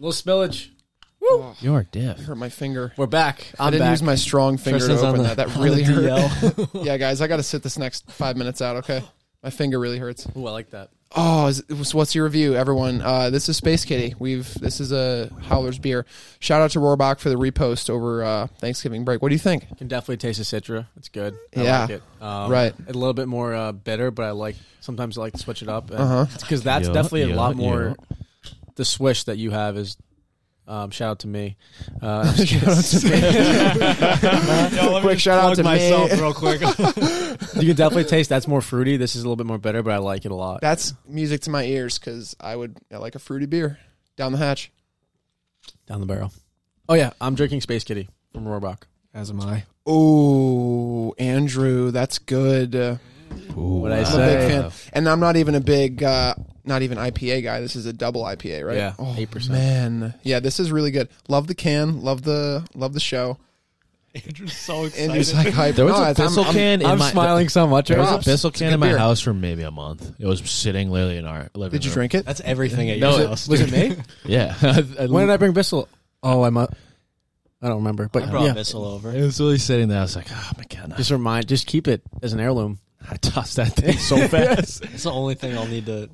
little spillage. You're a diff. Hurt my finger. We're back. I'm I didn't back. use my strong finger Tristan's to on open the- that. That on really the hurt. DL. yeah, guys, I got to sit this next five minutes out. Okay, my finger really hurts. Ooh, I like that. Oh, is, so what's your review, everyone? Uh, this is Space Kitty. We've this is a Howler's beer. Shout out to Rohrbach for the repost over uh, Thanksgiving break. What do you think? Can definitely taste the citra. It's good. I Yeah. like it. Um, Right. A little bit more uh, bitter, but I like sometimes I like to switch it up. Uh-huh. Because that's Yeah, definitely yeah, a lot more. The swish that you have is. Um, shout out to me. Uh, I'm just kidding. Yo, let me Quick just shout out plug to me. myself real quick. you can definitely taste that's more fruity. This is a little bit more bitter, but I like it a lot. That's music to my ears because I would I like a fruity beer down the hatch. Down the barrel. Oh yeah, I'm drinking Space Kitty from Rohrbach. As am I. Oh, Andrew, that's good. Uh, What I I'm a big say? fan, and I'm not even a big, uh, not even IPA guy. This is a double IPA, right? Yeah, Oh, 8%. Man, yeah, this is really good. Love the can, love the, love the show. Andrew's so excited. Andrew's like hype. There was No, a it's- I'm- pistol I'm- can in I'm my. smiling so much. There Right was a now. Props. pistol It's a can good in my beer. house for maybe a month. It was sitting literally in our living Did you room. drink it? That's everything at your No, house. Was it me? Yeah. I, I, when did I bring Bissell? Oh, I'm up. I don't remember, but I brought yeah, Bissell over. it was really sitting there. I was like, oh my god, just remind, just keep it as an heirloom. I tossed that thing so fast. It's the only thing I'll need to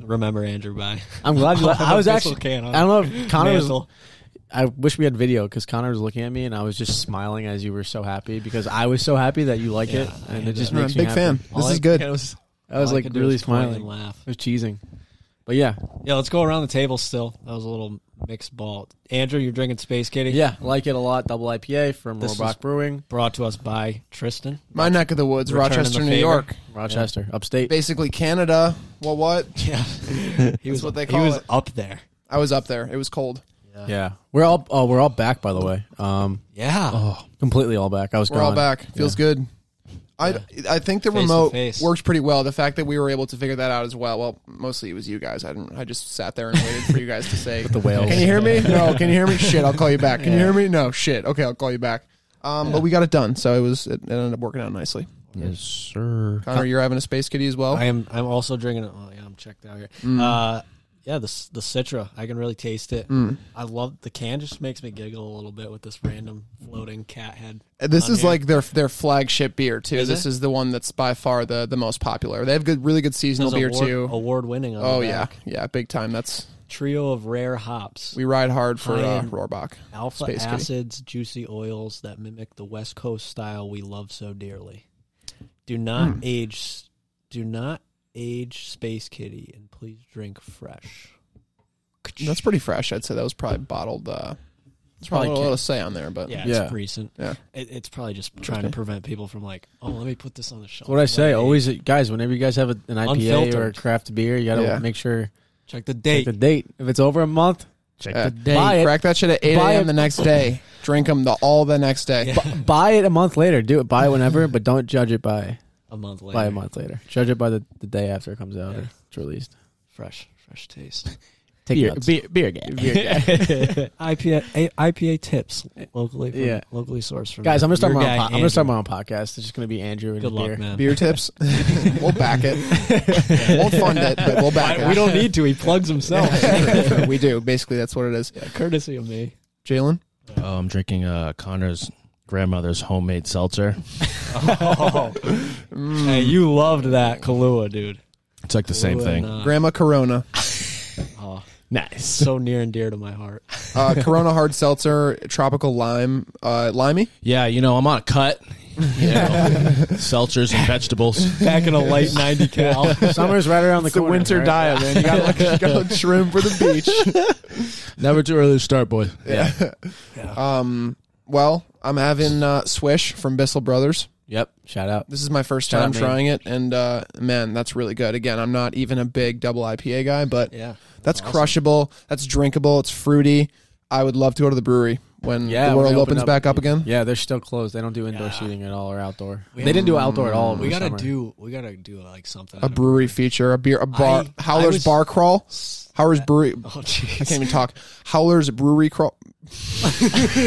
remember Andrew by. I'm glad you. I'll have I a was Bissell actually. can on I don't know if Connor was. mantle. I wish we had video because Connor was looking at me and I was just smiling as you were so happy because I was so happy that you like it Yeah, I and it had just that. I'm a makes me big happy. fan. All This I is good. can was- I was all like could do really was point smiling. and I laugh. was cheesing, but yeah, Yeah, let's go around the table. Still, that was a little mixed ball. Andrew, you're drinking Space Kitty. yeah, like it a lot. Double IPA from This Rohrbach is- Brewing, brought to us by Tristan. my neck of the woods, Return in the Rochester, New favor. York. Rochester, upstate. Basically, Canada. Well, what? Yeah, he was what they he call was it. up there. I was up there. It was cold. Yeah, we're all oh, we're all back by the way. Um, Yeah, oh, completely all back. I was We're gone. all back. Feels good. I, I think the Face to remote face. worked pretty well. The fact that we were able to figure that out as well. Well, mostly it was you guys. I didn't. I just sat there and waited for you guys to say. the whales. Can you hear me? No. Can you hear me? Shit. I'll call you back. Can you hear me? No. Shit. Okay. I'll call you back. Um, but we got it done. So it was. It, it ended up working out nicely. yes, sir. Connor, you're having a space kitty as well. I am. I'm also drinking. Oh, yeah, I'm checked out here. Mm. Uh, yeah, this the Citra. I can really taste it. Mm. I love the can. Just makes me giggle a little bit with this random floating cat head. This on is here. like their their flagship beer too. Is this is it? the one that's by far the the most popular. They have good, really good seasonal There's beer award, too. Award winning. oh yeah, yeah, big time. That's trio of rare hops. we ride hard for uh, High-end Rohrbach. Alpha Space Kitty. acids, juicy oils that mimic the West Coast style we love so dearly. Do Hmm. not age. Do not age Space Kitty, and please drink fresh. That's pretty fresh. I'd say that was probably bottled. Uh, it's Probably probably a little can- to say on there, but Yeah, Yeah. it's recent. Yeah. It, it's probably just trying to prevent people from like, oh, let me put this on the shelf. What I say, Let me- always, guys. Whenever you guys have a, an IPA or a Unfiltered. craft beer, you gotta Yeah. make sure check the check date. the date. If it's over a month, check Yeah. the date. Buy it. crack that shit at eight Buy a.m. it. the next day. Drink them the, all the next day. Yeah. Bu- buy it a month later. Do it. Buy it whenever, but don't judge it by a month later. by a month later. Judge it by the, the day after it comes out or Yeah. it's released. Fresh, fresh taste. Take beer, notes. beer, beer guy. IPA a, IPA tips locally. From, Eh. Yeah. locally sourced from Guys, I'm gonna start your my guy, own po- I'm gonna start Andrew. my own podcast. It's just gonna be Andrew and Good luck, beer. man. Beer tips, we'll back it. we'll fund it, but we'll back it. We don't need to. He plugs himself. don't. we do. Basically, that's what it is. Courtesy of me. Jalen, Oh, I'm drinking uh, Connor's grandmother's homemade seltzer. Oh. hey, you loved that Kahlua, dude. It's like the same Kahlua thing. and, uh, Grandma Corona, oh, Nice. so near and dear to my heart. uh, Corona hard seltzer, tropical lime, uh, limey. Yeah, you know, I'm on a cut. You know, seltzers and vegetables. Back in a late 90 cal. Summer's right around the It's the corner. winter right? diet, man. You gotta, look, you gotta look shrimp for the beach. Never too early to start, boy. Yeah. Um, well, I'm having uh, Swish from Bissell Brothers. Yep. Shout out. This is my first Shout time out, man. trying it, and uh, man, that's really good. Again, I'm not even a big double IPA guy, but Yeah. that's crushable. That's drinkable. It's fruity. I would love to go to the brewery when Yeah, the when world they open opens up. back up again. Yeah, they're still closed. They don't do indoor Yeah. seating at all or outdoor. We- Mm, they didn't do outdoor at all. We over gotta summer. do. We gotta do like something. A brewery feature, a beer, a bar, I- I Howler's was- bar crawl, Howler's brewery. Oh I can't jeez. even talk. Howler's brewery crawl.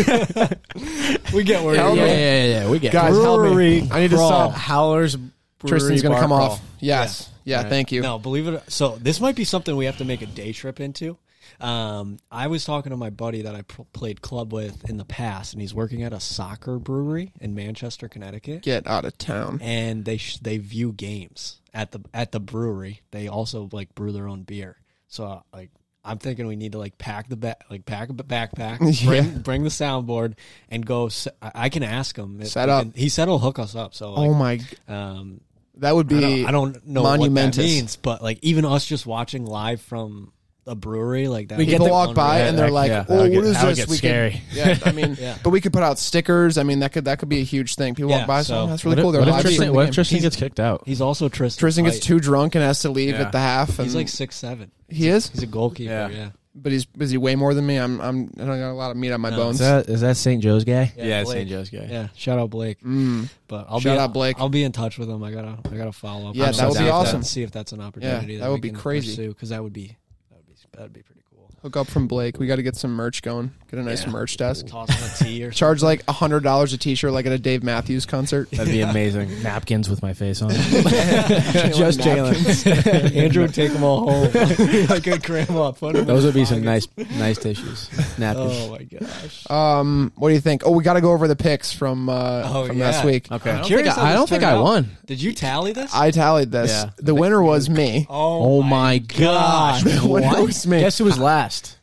We get where Hell you're yeah. going. yeah. We got Guys, help me. Brewery I need to crawl. stop. Howler's. Brewery Tristan's gonna bar come crawl. off. Yes. Yeah. Right. Thank you. No, believe it. So this might be something we have to make a day trip into. Um, I was talking to my buddy that I pl- played club with in the past, and he's working at a soccer brewery in Manchester, Connecticut. Get out of town. and they sh- they view games at the at the brewery. They also like brew their own beer. So uh, like I'm thinking we need to like pack the back like pack a b- backpack, bring bring the soundboard, and go. Se- I I can ask him. if Set we up. can- he said he'll hook us up. So Oh like, my! g- um, That would I be. don't, I don't know what that monumentous. means, but like even us just watching live from a brewery like that. We would get to be People walk unreal. by and Yeah, they're that- like, yeah, that "Oh, would get- what is that would this?" get we scary. Could, yeah, I mean, Yeah. but we could put out stickers. I mean, that could that could be a huge thing. People Yeah, walk by, so so- oh, that's really cool. They're what if live. Tristan, streaming what the if game." Tristan gets kicked out? He's also Tristan. Tristan gets White. too drunk and has to leave Yeah. at the half. And He's like six seven. he is, He's a goalkeeper. Yeah. Yeah. but he's is he way more than me? I'm I'm I don't got a lot of meat on my No, bones. that is that St. Joe's guy? Yeah, it's Blake. St. Joe's guy. Yeah, shout out Blake. Mm. But I'll Shout be out Blake. I'll be in touch with him. I gotta I gotta follow up. Yeah, I'm that so would be down for awesome. See if that's an opportunity. that would be crazy. because that would be that would be that would be pretty cool. Hook up from Blake. We got to get some merch going. Get a nice Yeah. merch desk. Toss him a tea or Charge like a hundred dollars a T-shirt, like at a Dave Matthews concert. That'd be amazing. Napkins with my face on. Just Jalen. something. Andrew would take them all home like a grandma. Put 'em in Those his would be some pocket. nice, nice tissues. Oh Napkins. my gosh. Um, what do you think? Oh, we got to go over the picks from uh, Oh, from yeah. last week. Okay. don't Curious think I- I I don't don't think think I I won. Did you tally this? I tallied this. Yeah. the winner was me. oh, my gosh. gosh. The winner was me. Guess who was last?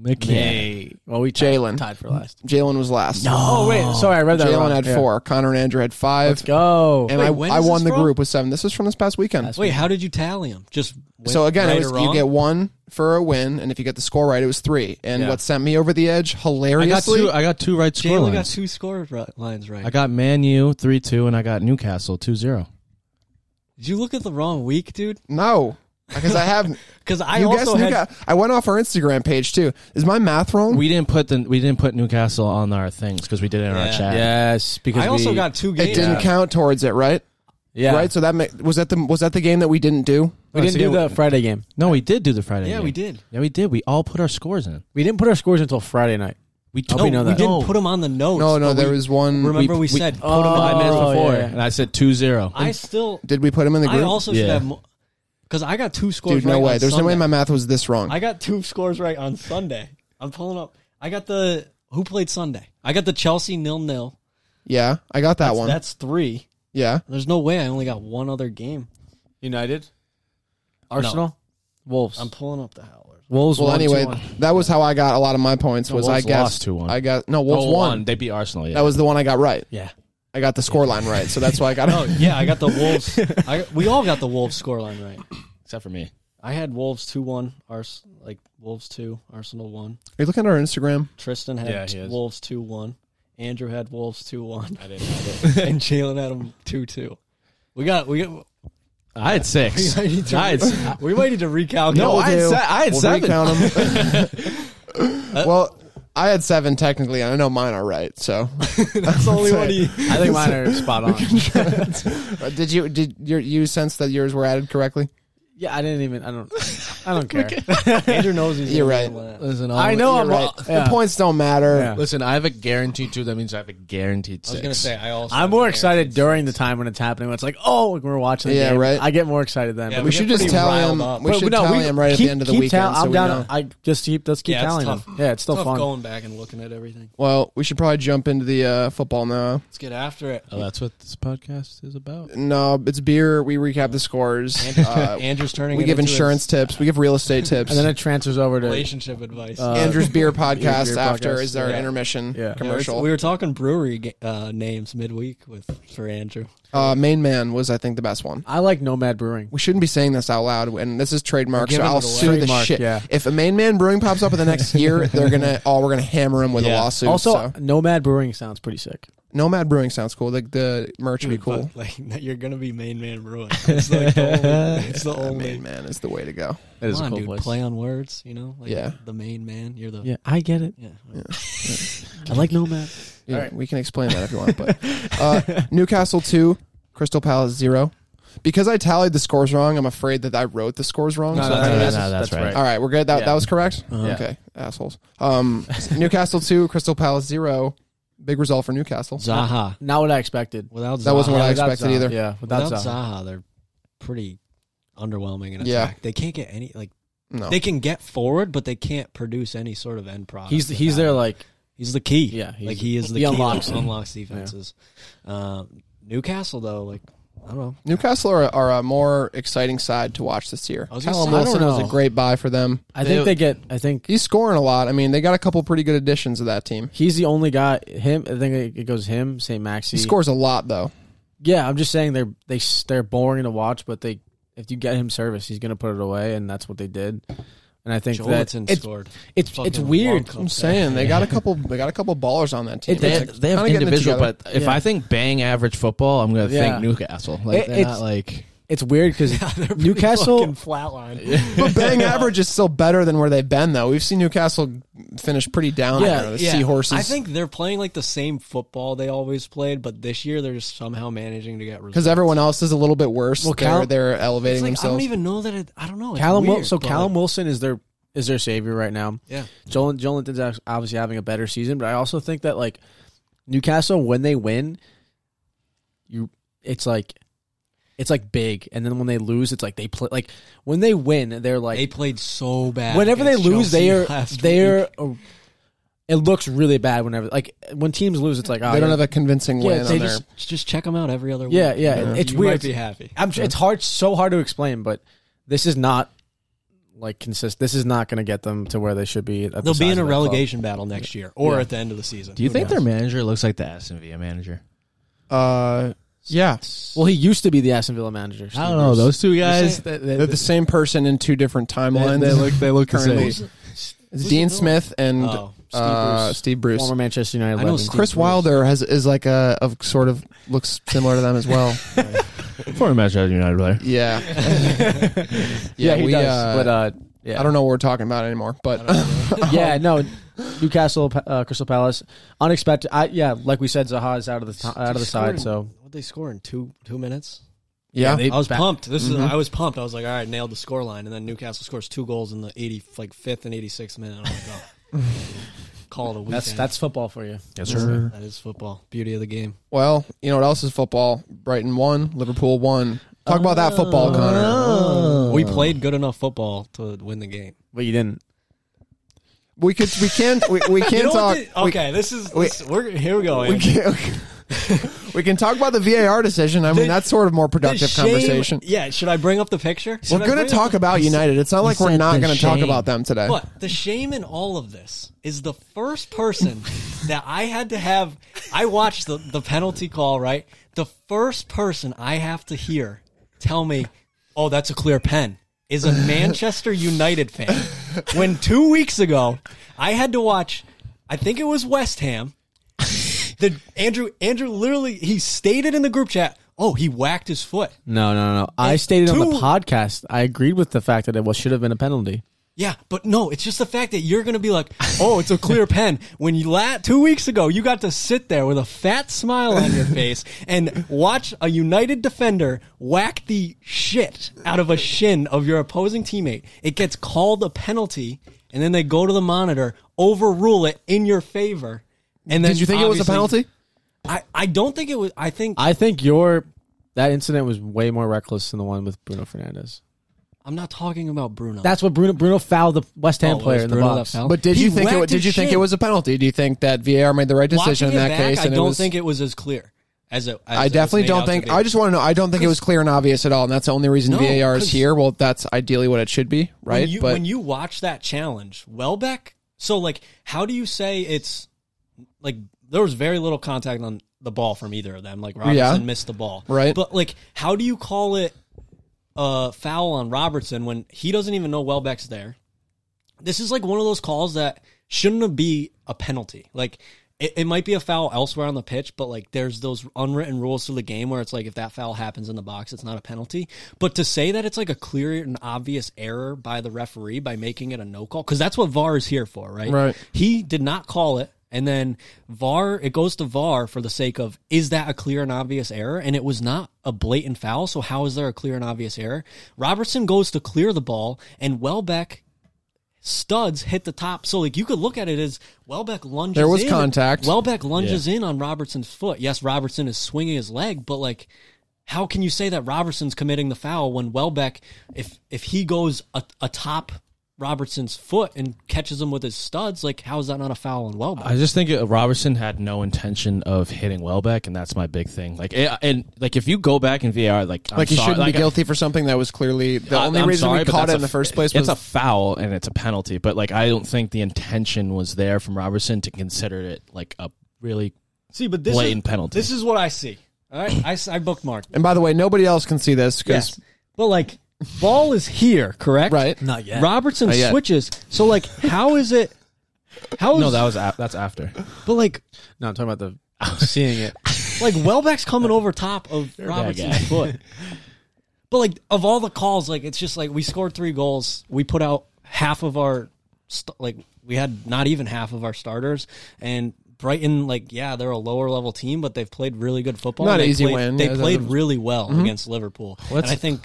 McKay. Well, we tied- Jalen. tied for last. Jalen was last. Oh wait, sorry, I read that. Jalen wrong. had Yeah. four. Connor and Andrew had five. Let's go. And Wait, I, when I is won this the from? group with seven. This was from this past weekend. Last Wait, how did you tally them? Just went so again, right it was, or wrong? you get one for a win, and if you get the score right, it was three. And Yeah. what sent me over the edge, I got hilariously, two. I got two right score Jalen got lines. two score ri- lines right. I got Man U three two, and I got Newcastle 2-0. Did you look at the wrong week, dude? no, because I have. Because I you guessed also had Newca- I went off our Instagram page too. Is my math wrong? We didn't put the we didn't put Newcastle on our things because we did it in our Yeah. chat. Yes, because I also we- got two it games. didn't count towards it, right? yeah. Right. So that ma- was that the was that the game that we didn't do. We didn't do the Friday game. No, we did do the Friday. Yeah, game. we did. Yeah, we did. We all put our scores in. Oh, We didn't put our scores until Friday night. We Oh, we know We that. didn't put them on the notes. No, no, but there we- was one. Remember, we, said put 'em Oh, five on. minutes yeah, before, yeah. and I said 2-0. I still, Did we put him in the I group? also Yeah. should have, because I got two scores. Dude, no right way. on There's no way Sunday. my math was this wrong. I got two scores right on Sunday. I'm pulling up. I got the who played Sunday. I got the Chelsea nil nil. yeah, I got that That's, one. that's three. yeah, There's no way I only got one other game. United, Arsenal, Wolves. I'm pulling up the howlers. Wolves. Well, won anyway, 2-1. that was how I got a lot of my points. No, was Wolves I guessed lost 2-1. I got no Oh, Wolves won. They beat Arsenal. Yeah, That was the one I got right. yeah. I got the score line right, so that's why I got. Oh yeah, I got the Wolves. I, we all got the Wolves scoreline right. except for me. I had Wolves two one. Ars like Wolves two, Arsenal one. Are you looking at our Instagram? Tristan had Yeah, he is. Wolves 2 1. Andrew had Wolves 2 1. I didn't. Have it. and Jalen had them 2 2. We got, we got, I had six. I need to- I had, s- we might need to recalculate. no, I had, do. se- I had We'll seven. recount 'em. well, I had seven technically, and I know mine are right. So, that's the only one he. I think mine are spot on. Uh, did you did your, you sense that yours were added correctly? Yeah, I didn't even. I don't. I don't care. Andrew knows he's You're gonna right. win that. Listen, I know Oh, I'm You're right. yeah. The points don't matter. Yeah. Listen, I have a guaranteed two. That means I have a guaranteed I six. was going to say, I also. I'm more excited during the time when it's happening. When it's like, oh, we're watching. The Yeah, game. right. I get more excited then. Yeah, But We we should get just pretty tally riled him. up. We But should no, tally we him right at the keep- end of the keep weekend. tally- so I'm we down. know. I just keep. Let's keep Yeah, it's tallying tough. them. Yeah, it's still tough fun. going back and looking at everything. Well, we should probably jump into the uh, football now. Let's get after it. Oh, that's what this podcast is about. No, it's beer. We recap the scores. Uh, Andrew's turning we it give into insurance his tips. We give real estate tips. And then it transfers over to relationship advice. Uh, Andrew's beer podcast Beer after podcast, is our yeah. intermission Yeah. Yeah, we were- commercial. we were talking brewery ga- uh, names midweek with for Andrew. uh, Main Man was, I think, the best one. I like Nomad Brewing. We shouldn't be saying this out loud, and this is trademark. We're So giving I'll it away. sue the Trademark, shit. yeah. If a Main Man Brewing pops up in the next year, they're gonna oh, we're gonna hammer him with a Yeah. lawsuit. Also, so. Nomad Brewing sounds pretty sick. Nomad Brewing sounds cool. Like the merch would be cool. But, like you're gonna be main man ruined. It's like the only, it's the Uh, only Main Man is the way to go. It Come on, dude, play on words. You know, like Yeah. the main man. You're the yeah. Yeah, I get it. I like Nomad. Yeah, All right. we can explain that if you want. But uh, Newcastle two, Crystal Palace zero. Because I tallied the scores wrong, I'm afraid that I wrote the scores wrong. No, so no, that's no, what it is. that's, no, that's that's right. right. All right, we're good. That Yeah. that was correct. Uh-huh. Uh, Okay, assholes. Um, Newcastle two, Crystal Palace zero. Big result for Newcastle. Zaha. Not what I expected. Without Zaha, That wasn't what I Yeah, without expected Zaha. either. Yeah, without without Zaha. Zaha, they're pretty underwhelming in attack. Yeah. They can't get any like No. They can get forward, but they can't produce any sort of end product. He's he's without there it. like He's the key. Yeah, he's- like he is he the key unlocks that it. unlocks defenses. Um, Newcastle though, like I don't know. Newcastle are, are a more exciting side to watch this year. I was gonna Callum say- I Wilson don't was a know. great buy for them. I think they get I think He's scoring a lot. I mean, they got a couple pretty good additions to that team. he's the only guy him I think it goes him St Maxi. He scores a lot though. Yeah, I'm just saying they're they s- they're boring to watch, but they if you get him service, he's gonna put it away, and that's what they did. And I think that Joelton it's scored. it's, Fucking it's weird. long I'm saying they got a couple. They got a couple ballers on that team. It- It's They, like they have kinda getting it individual, together. but if Yeah. I think bang average football, I'm going to Yeah. think Newcastle. Like It- they're it's- not like It's weird because Newcastle. Newcastle flatline. But bang average is still better than where they've been though. We've seen Newcastle finish pretty down Yeah, there. The seahorses. I think they're playing like the same football they always played, but this year they're just somehow managing to get results. because everyone else is a little bit worse. Well, they're, Cal- they're It's elevating like, I themselves. don't even know that it. I don't know. It's Callum Wil- weird, so but, Callum like, Wilson is their is their savior right now. Yeah. Joel Jolinton's act- obviously having a better season, but I also think that like Newcastle when they win, you it's like it's like big, and then when they lose, it's like they play like when they win, they're like they played so bad. whenever they against lose, Chelsea they are last they week. are. a- It looks really bad whenever like when teams lose, it's like oh, they don't yeah. have a convincing Yeah, win they on just- there. just check them out every other week. Yeah, yeah, it- it's you weird. Might be happy. I'm sure it's hard, so hard to explain, but this is not like consist. This is not going to get them to where they should be. at the They'll be size in a of that club. relegation battle next year or Yeah. at the end of the season. Do you Who think knows? their manager looks like the Aston Villa manager? Uh, yeah, Well, he used to be the Aston Villa manager. I don't know. Those two guys, they, they, they're the same person in two different timelines. they look they look the currently. same. It's Dean Smith and Oh, Steve uh, Bruce. Steve Bruce. former Manchester United. I know legend. Steve Chris Bruce. Wilder has is like a of sort of looks similar to them as well. Former manager of United player. yeah. Yeah, he we, does. uh, but uh, yeah, I don't know what we're talking about anymore, but yeah, no. Newcastle, uh, Crystal Palace, unexpected. I, yeah, like we said, Zaha is out of the to- out of They the scored side. in- So What'd they score in two two minutes? yeah, they Mm-hmm. I was back- pumped. This is I was pumped. I was like, all right, nailed the score line, and then Newcastle scores two goals in the eighty like fifth and eighty sixth minute. I'm like, oh. Call it a weekend. That's that's football for you. Yes, That is football. Beauty of the game. well, you know what else is football? Brighton won, Liverpool won. Talk about that football, Oh. Connor. Oh. We played good enough football to win the game. But you didn't. We could, we can't, we, we can't You know talk. what the- oh, okay, this is this, we're here. We go. We, we Andy. can, we can talk about the VAR decision. I mean, The- that's sort of more The productive shame- conversation. Yeah, should I bring up the picture? Should We're I going bring to up talk about United. It's not like we're said not the going to talk shame. about them today. But the shame in all of this is the first person that I had to have. I watched the, the penalty call, right? The first person I have to hear tell me, oh, that's a clear pen, is a Manchester United fan. When two weeks ago, I had to watch, I think it was West Ham. The Andrew Andrew literally he stated in the group chat, "Oh, he whacked his foot." No, no, no. I It's stated on the two- podcast. I agreed with the fact that it was should have been a penalty. Yeah, but no, it's just the fact that you're going to be like, oh, it's a clear pen. When you la- two weeks ago, you got to sit there with a fat smile on your face and watch a United defender whack the shit out of a shin of your opposing teammate. It gets called a penalty, and then they go to the monitor, overrule it in your favor. And then Did you think it was a obviously- penalty? I, I don't think it was. I think I think your that incident was way more reckless than the one with Bruno Fernandez. I'm not talking about Bruno. That's what Bruno Bruno fouled the West Ham Oh, it player was in the Bruno that box. fouled? But did He you think it? wa- whacked Did his you think it shin. was a penalty? Do you think that VAR made the right decision Watching in it that back, case? I don't it was, think it was as clear as it. As I it was definitely made don't out to think. be. I just want to know. I don't think it was clear and obvious at all, and that's the only reason No, VAR is 'cause- here. Well, that's ideally what it should be, right? When you, but when you watch that challenge, Welbeck. So like, how do you say it's like there was very little contact on the ball from either of them? Like Robertson Yeah. missed the ball, Right. But like, how do you call it a foul on Robertson when he doesn't even know Welbeck's there? This is like one of those calls that shouldn't be a penalty. Like. It, it might be a foul elsewhere on the pitch, but like there's those unwritten rules to the game where it's like if that foul happens in the box, it's not a penalty. But to say that it's like a clear and obvious error by the referee by making it a no call, because that's what VAR is here for, right? Right. He did not call it. And then VAR, it goes to VAR for the sake of is that a clear and obvious error? And it was not a blatant foul. So how is there a clear and obvious error? Robertson goes to clear the ball, and Welbeck studs hit the top. So like you could look at it as Welbeck lunges. There was in. contact. Welbeck lunges in on Robertson's foot. Yes, Robertson is swinging his leg, but like. How can you say that Robertson's committing the foul when Welbeck, if if he goes a- atop Robertson's foot and catches him with his studs. Like, how is that not a foul on Welbeck? I just think it- Robertson had no intention of hitting Welbeck, and that's my big thing. Like, it, and like if you go back in VR, like I'm Like he sorry- shouldn't like, be guilty for something that was clearly the I- only I'm reason sorry, we but caught that's a it in the f- first place It's was a foul and it's a penalty, but like I don't think the intention was there from Robertson to consider it like a really see, but this blatant is, penalty. this is what I see. All right, I, s- I bookmarked. and by the way, nobody else can see this because Yes. But like, ball is here, correct? right. Not yet. Robertson Not yet. switches. So like, how is it? How is no, that was a- that's after. but like No, I'm talking about the seeing it. like Welbeck's coming over top of guy. Robertson's foot. But like of all the calls, like it's just like we scored three goals. We put out half of our st- like we had not even half of our starters and. Brighton, like, yeah, they're a lower level team, but they've played really good football. Not They easy played, win. They Yeah, played that was- really well Mm-hmm. against Liverpool, and I think,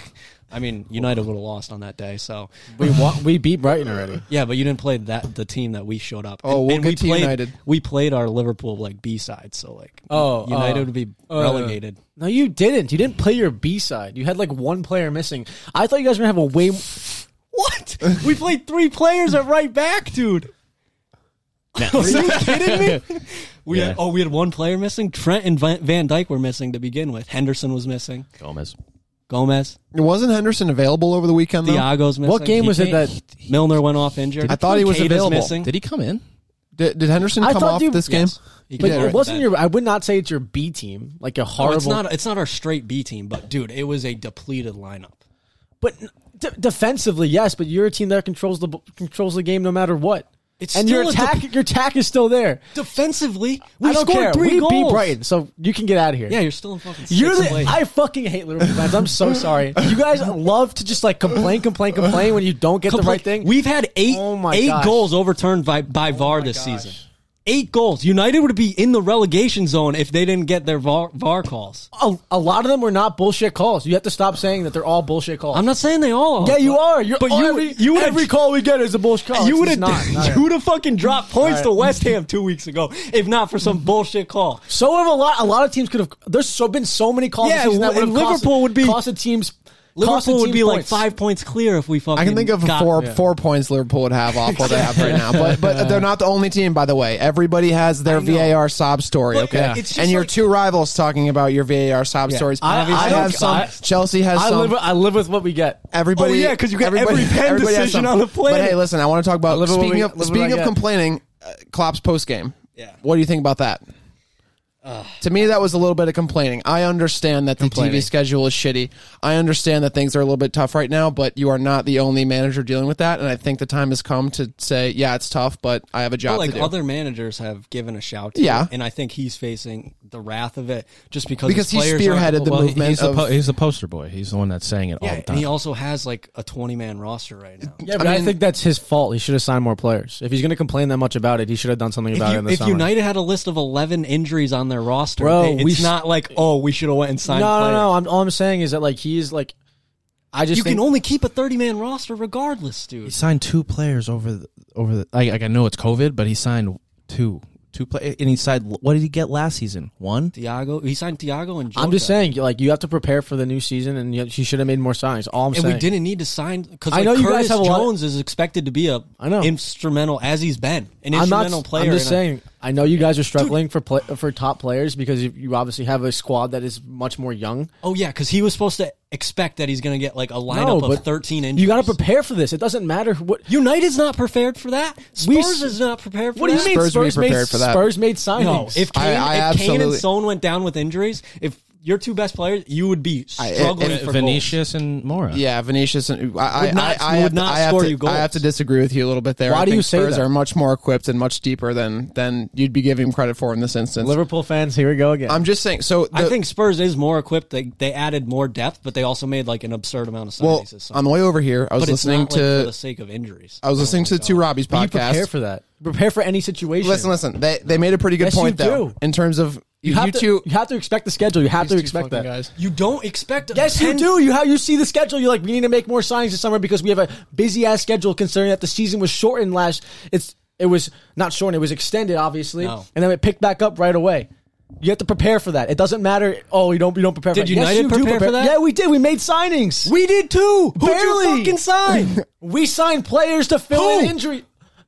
I mean, United would have lost on that day. So We wa- we beat Brighton already. Yeah, but you didn't play that the team that we showed up. Oh, we'll we get to played, United. We played our Liverpool like B side, so like Oh, United uh, would be uh, relegated. No, you didn't. You didn't play your B side. You had like one player missing. I thought you guys were gonna have a way. What? we played three players at right back, dude. Are you kidding me? We Yeah. had, oh, we had one player missing. Trent and Van, Van Dyke were missing to begin with. Henderson was missing. Gomez. Gomez, Wasn't Henderson available over the weekend though? Diago's missing. What game was it that? Milner went off injured? I thought he was Keita's available. Missing. Did he come in? Did, did Henderson I come thought off you- this game? Yes. He But came it off wasn't the your. I would not say it's your B team. Like a bench. horrible. Oh, It's not. It's not our straight B team, but dude, it was a depleted lineup. But n- de- defensively, yes. But you're a team that controls the b- controls the game no matter what. It's and still your a attack, your attack is still there. Defensively, we I don't scored care. three we goals. beat Brighton, so you can get out of here. Yeah, you're still in fucking. You're sixth the, place. I fucking hate Liverpool fans. I'm so sorry. You guys love to just like complain, complain, complain when you don't get the Complain- right thing. We've had eight Oh my eight gosh. Oh goals overturned by by VAR this season. Eight goals. United would be in the relegation zone if they didn't get their VAR, VAR calls. a, a lot of them were not bullshit calls. You have to stop saying that they're all bullshit calls. I'm not saying they all. are. yeah, you are. You're, but you you- every, you would've- every call we get is a bullshit call. You would have not. not you would have fucking dropped points to West Ham two weeks ago if not for some bullshit call. so have a lot. A lot of teams could have. There's so been so many calls. Yeah, this season that and would've cost- Liverpool would be- cost the teams. cost the Liverpool would team be like points. five points clear if we fucking. I can think of got- four four points Liverpool would have off what they have right now, but but they're not the only team. By the way, everybody has their know. VAR sob story. But okay, yeah, it's just and your like- two rivals talking about your VAR sob stories. I- I, I don't- have some. I- Chelsea has I some. live. I live with what we get. Everybody, Oh, yeah, 'cause you got everybody- every pen everybody has decision some. on the planet. But hey, listen, I want to talk about Live with what speaking we- of live with speaking what I of got. complaining, uh, Klopp's post game. Yeah. what do you think about that? to me, that was a little bit of complaining. I understand that the TV schedule is shitty. I understand that things are a little bit tough right now, but you are not the only manager dealing with that. And I think the time has come to say, yeah, it's tough, but I have a job But, to like do. other managers have given a shout to Yeah. it, and I think he's facing the wrath of it just because Because his he players spearheaded aren't- the well, he- movement He's the of- po- he's the poster boy. He's the one that's saying it all Yeah, the time. and he also has like a twenty man roster right now. Yeah, but I, think that's his fault. He should have signed more players. If he's going to complain that much about it, he should have done something If, about it in you, the if summer. United had a list of eleven injuries on their roster, Bro, they- we it's s- not like oh we should have went and signed. no, no, players. no. I'm, all I'm saying is that like he's like, I just You think- can only keep a thirty man roster regardless, he dude. signed two players over the over the. Like, like I know it's COVID, but he signed two two play and he signed. What did he get last season? One. Thiago, he signed Thiago and. Jota. I'm just saying, like you have to prepare for the new season, and you, she should have made more signings. All I'm And saying. we didn't need to sign because I like, know you guys Curtis have a lot of- Jones is expected to be a I know. instrumental as he's been an I'm instrumental not. I'm player. just in a- saying. I know you guys are struggling for play, for top players because you, you obviously have a squad that is much more young. Oh yeah, because he was supposed to expect that he's going to get like a lineup of thirteen injuries. You got to prepare for this. It doesn't matter what. United's not prepared for that. Spurs We- is not prepared for What do that. you mean? Spurs were made prepared for that. Spurs made signings. No, if Kane, I- I if Kane and absolutely- Son went down with injuries, if your two best players, you would be struggling if for goals. Vinicius and Mora. yeah, Vinicius and I, I, Would not- I, I would have, not I, have score to, you goals. I have to disagree with you a little bit there. Why I do think you say Spurs that? are much more equipped and much deeper than than you'd be giving him credit for in this instance? Liverpool fans, here we go again. I'm just saying. So the, I think Spurs is more equipped. They they added more depth, but they also made like an absurd amount of signings. well this summer. on the way over here, I was but it's listening not like for to the sake of injuries. I was listening to the two Robbies you podcast. prepare for that. Prepare for any situation. Listen, listen. They they made a pretty good Yes, point you though do. in terms of you you, have to. two. You have to expect the schedule. You have to expect that. guys. You don't expect. a Yes, you 10 do. You how you see the schedule. You're like, we need to make more signings this summer because we have a busy ass schedule. Considering that the season was shortened last, it's it was not shortened. It was extended, obviously, No. and then it picked back up right away. You have to prepare for that. It doesn't matter. Oh, you don't. You don't prepare. Did for that. United you do prepare for that? Yeah, we did. We made signings. We did too. Who Barely. you fucking sign? We signed players to fill Who? in injury.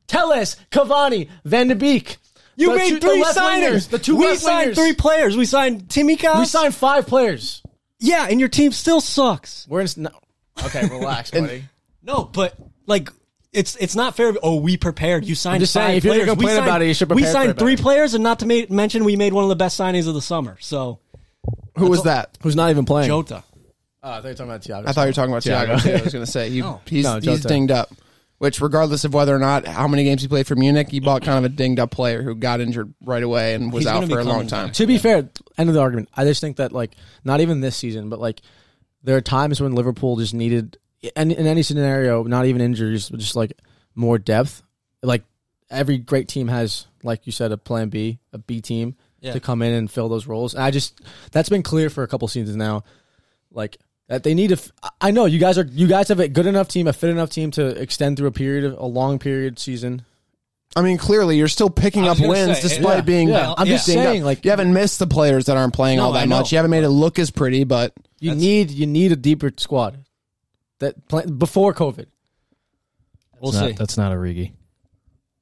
Teles, Cavani, Van de Beek. You The made two- the three left signers. wingers, The two we left signed wingers. three players. We signed Timmy Cox. We signed five players. Yeah, and your team still sucks. We're in. s- No. Okay, relax, buddy. No, but like. It's it's not fair. Oh, we prepared. You signed just five saying, if you're players. gonna we complain signed, about it, you should We prepare for signed it three better. players, and not to ma- mention, we made one of the best signings of the summer. So Who was that? Who's not even playing? Jota, Oh, I thought you were talking about Thiago. I thought you were talking about Thiago. Thiago. too. I was going to say he, Oh. he's No, he's Jota. dinged up. Which, regardless of whether or not how many games he played for Munich, he bought kind of a dinged up player who got injured right away and was He's out gonna for be a long coming time. back. To be fair, end of the argument. I just think that like not even this season, but like there are times when Liverpool just needed and in any scenario, not even injuries, but just like more depth. Like every great team has, like you said, a plan B, a B team Yeah. to come in and fill those roles. And I just that's been clear for a couple seasons now. Like that they need to. F- I know you guys are you guys have a good enough team, a fit enough team to extend through a period of a long period season. I mean, clearly you're still picking I up was gonna wins say, despite yeah, being. yeah. I'm just dinged up. saying, like- you haven't missed the players that aren't playing No, all I that know. much. You haven't made it look as pretty, but You need you need a deeper squad that play, before COVID. we'll It's not- see. that's not a Rigi.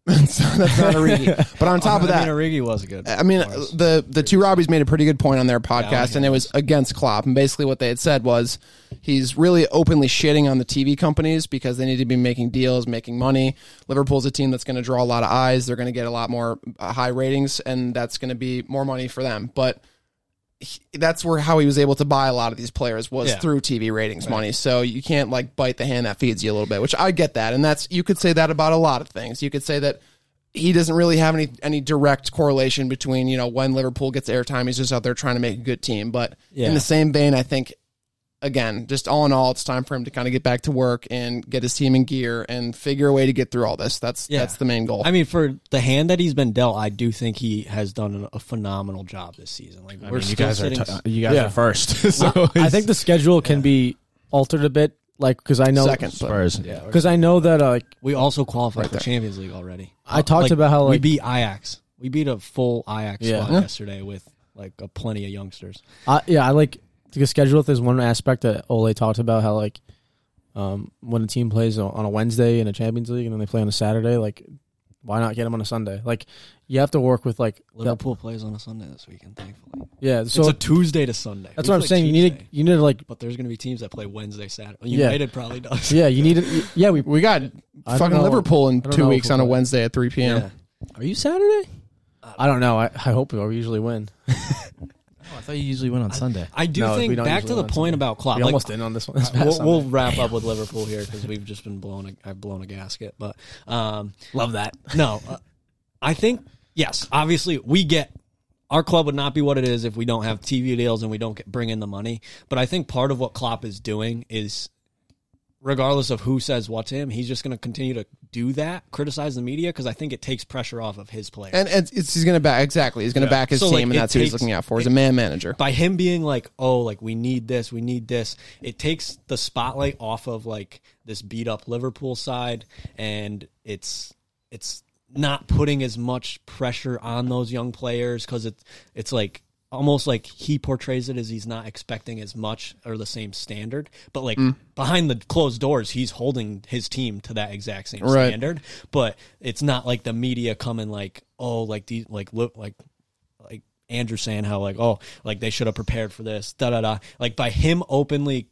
that's not a read. But on top of that, I mean, Origi was good. I mean, the the two Robbies made a pretty good point on their podcast, okay. and it was against Klopp. And basically, what they had said was he's really openly shitting on the TV companies because they need to be making deals, making money. Liverpool's a team that's going to draw a lot of eyes. They're going to get a lot more uh, high ratings, and that's going to be more money for them. But he- that's where how he was able to buy a lot of these players was Yeah. through TV ratings money. So you can't like bite the hand that feeds you a little bit, which I get that, and that's you could say that about a lot of things. You could say that he doesn't really have any any direct correlation between you know when Liverpool gets airtime, he's just out there trying to make a good team. But in Yeah. the same vein, I think again, just all in all, it's time for him to kind of get back to work and get his team in gear and figure a way to get through all this. That's Yeah. that's the main goal. I mean, for the hand that he's been dealt, I do think he has done a phenomenal job this season. Like I we're mean, you still guys are sitting- t- uh, you guys Yeah. are first. so I think the schedule can be altered a bit, like because I know Second, but- Spurs. yeah, because I know that uh, like we also qualified for Champions League already. I talked Like, about how we like beat Ajax. We beat a full Ajax Yeah. squad Yeah. yesterday with like a plenty of youngsters. I, yeah I like the schedule. There's one aspect that Ole talked about how like um, when a team plays on- on a Wednesday in a Champions League and then they play on a Saturday, like why not get them on a Sunday? Like you have to work with like the- Liverpool plays on a Sunday this weekend, thankfully. yeah. So it's a Tuesday to Sunday. that's We what I'm play saying. You need to Tuesday, you need to like but there's going to be teams that play Wednesday, Saturday. Yeah. United probably does. yeah you need to yeah we we got I don't fucking know. Liverpool in I don't two know weeks if on a we'll- Wednesday at three p.m. Yeah. are you Saturday? I don't know. I, I hope we, we usually win. Oh, I thought you usually went on Sunday. I do No, we think don't back to usually on the point Sunday. about Klopp. We like, almost in on this one. This past we'll, Sunday. we'll wrap up with Liverpool here because we've just been blown. A, I've blown a gasket, but um, love that. no, uh, I think yes. Obviously, we get our club would not be what it is if we don't have TV deals and we don't get, bring in the money. But I think part of what Klopp is doing is, regardless of who says what to him, he's just going to continue to do that, criticize the media because I think it takes pressure off of his players. And it's, it's he's gonna back exactly. He's gonna back his So, team, like, and it that's who he's takes- looking out for. He's a man manager. by him being like, oh, like we need this, we need this, it takes the spotlight off of like this beat up Liverpool side, and it's it's not putting as much pressure on those young players because it's it's like almost like he portrays it as he's not expecting as much or the same standard but like behind the closed doors he's holding his team to that exact same Right. standard but it's not like the media coming like oh like these like look like like Andrew saying how like oh like they should have prepared for this da da da like by him openly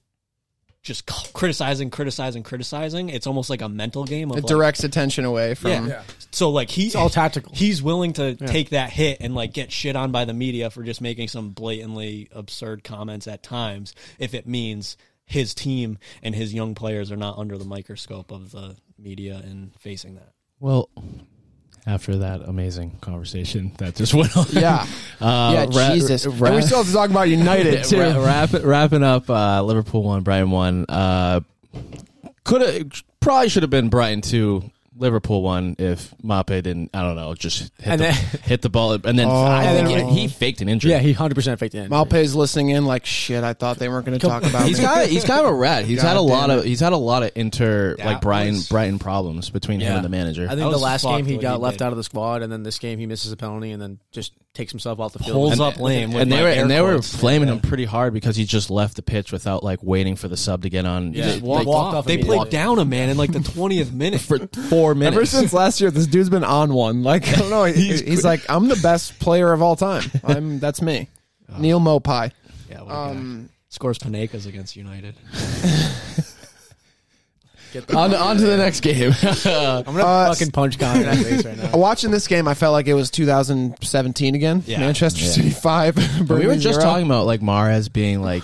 just c- criticizing criticizing criticizing it's almost like a mental game of It like, directs attention away from. yeah. so like he's all tactical. he's willing to take that hit and like get shit on by the media for just making some blatantly absurd comments at times if it means his team and his young players are not under the microscope of the media and facing that Well, after that amazing conversation that just went on. Yeah. Uh, Yeah, Jesus. and we still have to talk about United too. Ra- wrap, wrapping up uh, Liverpool 1, Brighton 1. Uh, could have probably should have been Brighton 2, Liverpool won if Mape didn't. I don't know, just hit, And the, then- hit the ball, and then Oh. I And think then- it- he faked an injury. Yeah, he hundred percent faked it. Malpe's listening in like shit. I thought they weren't going to talk about He's me. kind of he's kind of a rat. He's had a God lot damn of he's had a lot of inter That like Brian was- Brighton problems between him Yeah. and the manager. I That think the was last fucked game he what got he left did. out of the squad, and then this game he misses a penalty, and then just takes himself off the field. Pulls And- up lame, with and they like were air and they were quotes. flaming him pretty hard because he just left the pitch without like waiting for the sub to get on. Yeah. They- Just they- walked off They immediately. played down a man in like the 20th minute. for four minutes. Ever since last year, this dude's been on one. Like I don't know. He- he's like, I'm the best player of all time. I'm that's me, Oh. Neil Mopai. yeah, what a guy. Um, scores Panekas against United. Get the- on, on to the next game. I'm gonna Uh, fucking punch Connor in the face right now. watching this game, I felt like it was 2017 again. Yeah. Manchester City five. we were Burnley, just zero. talking about like Mares being like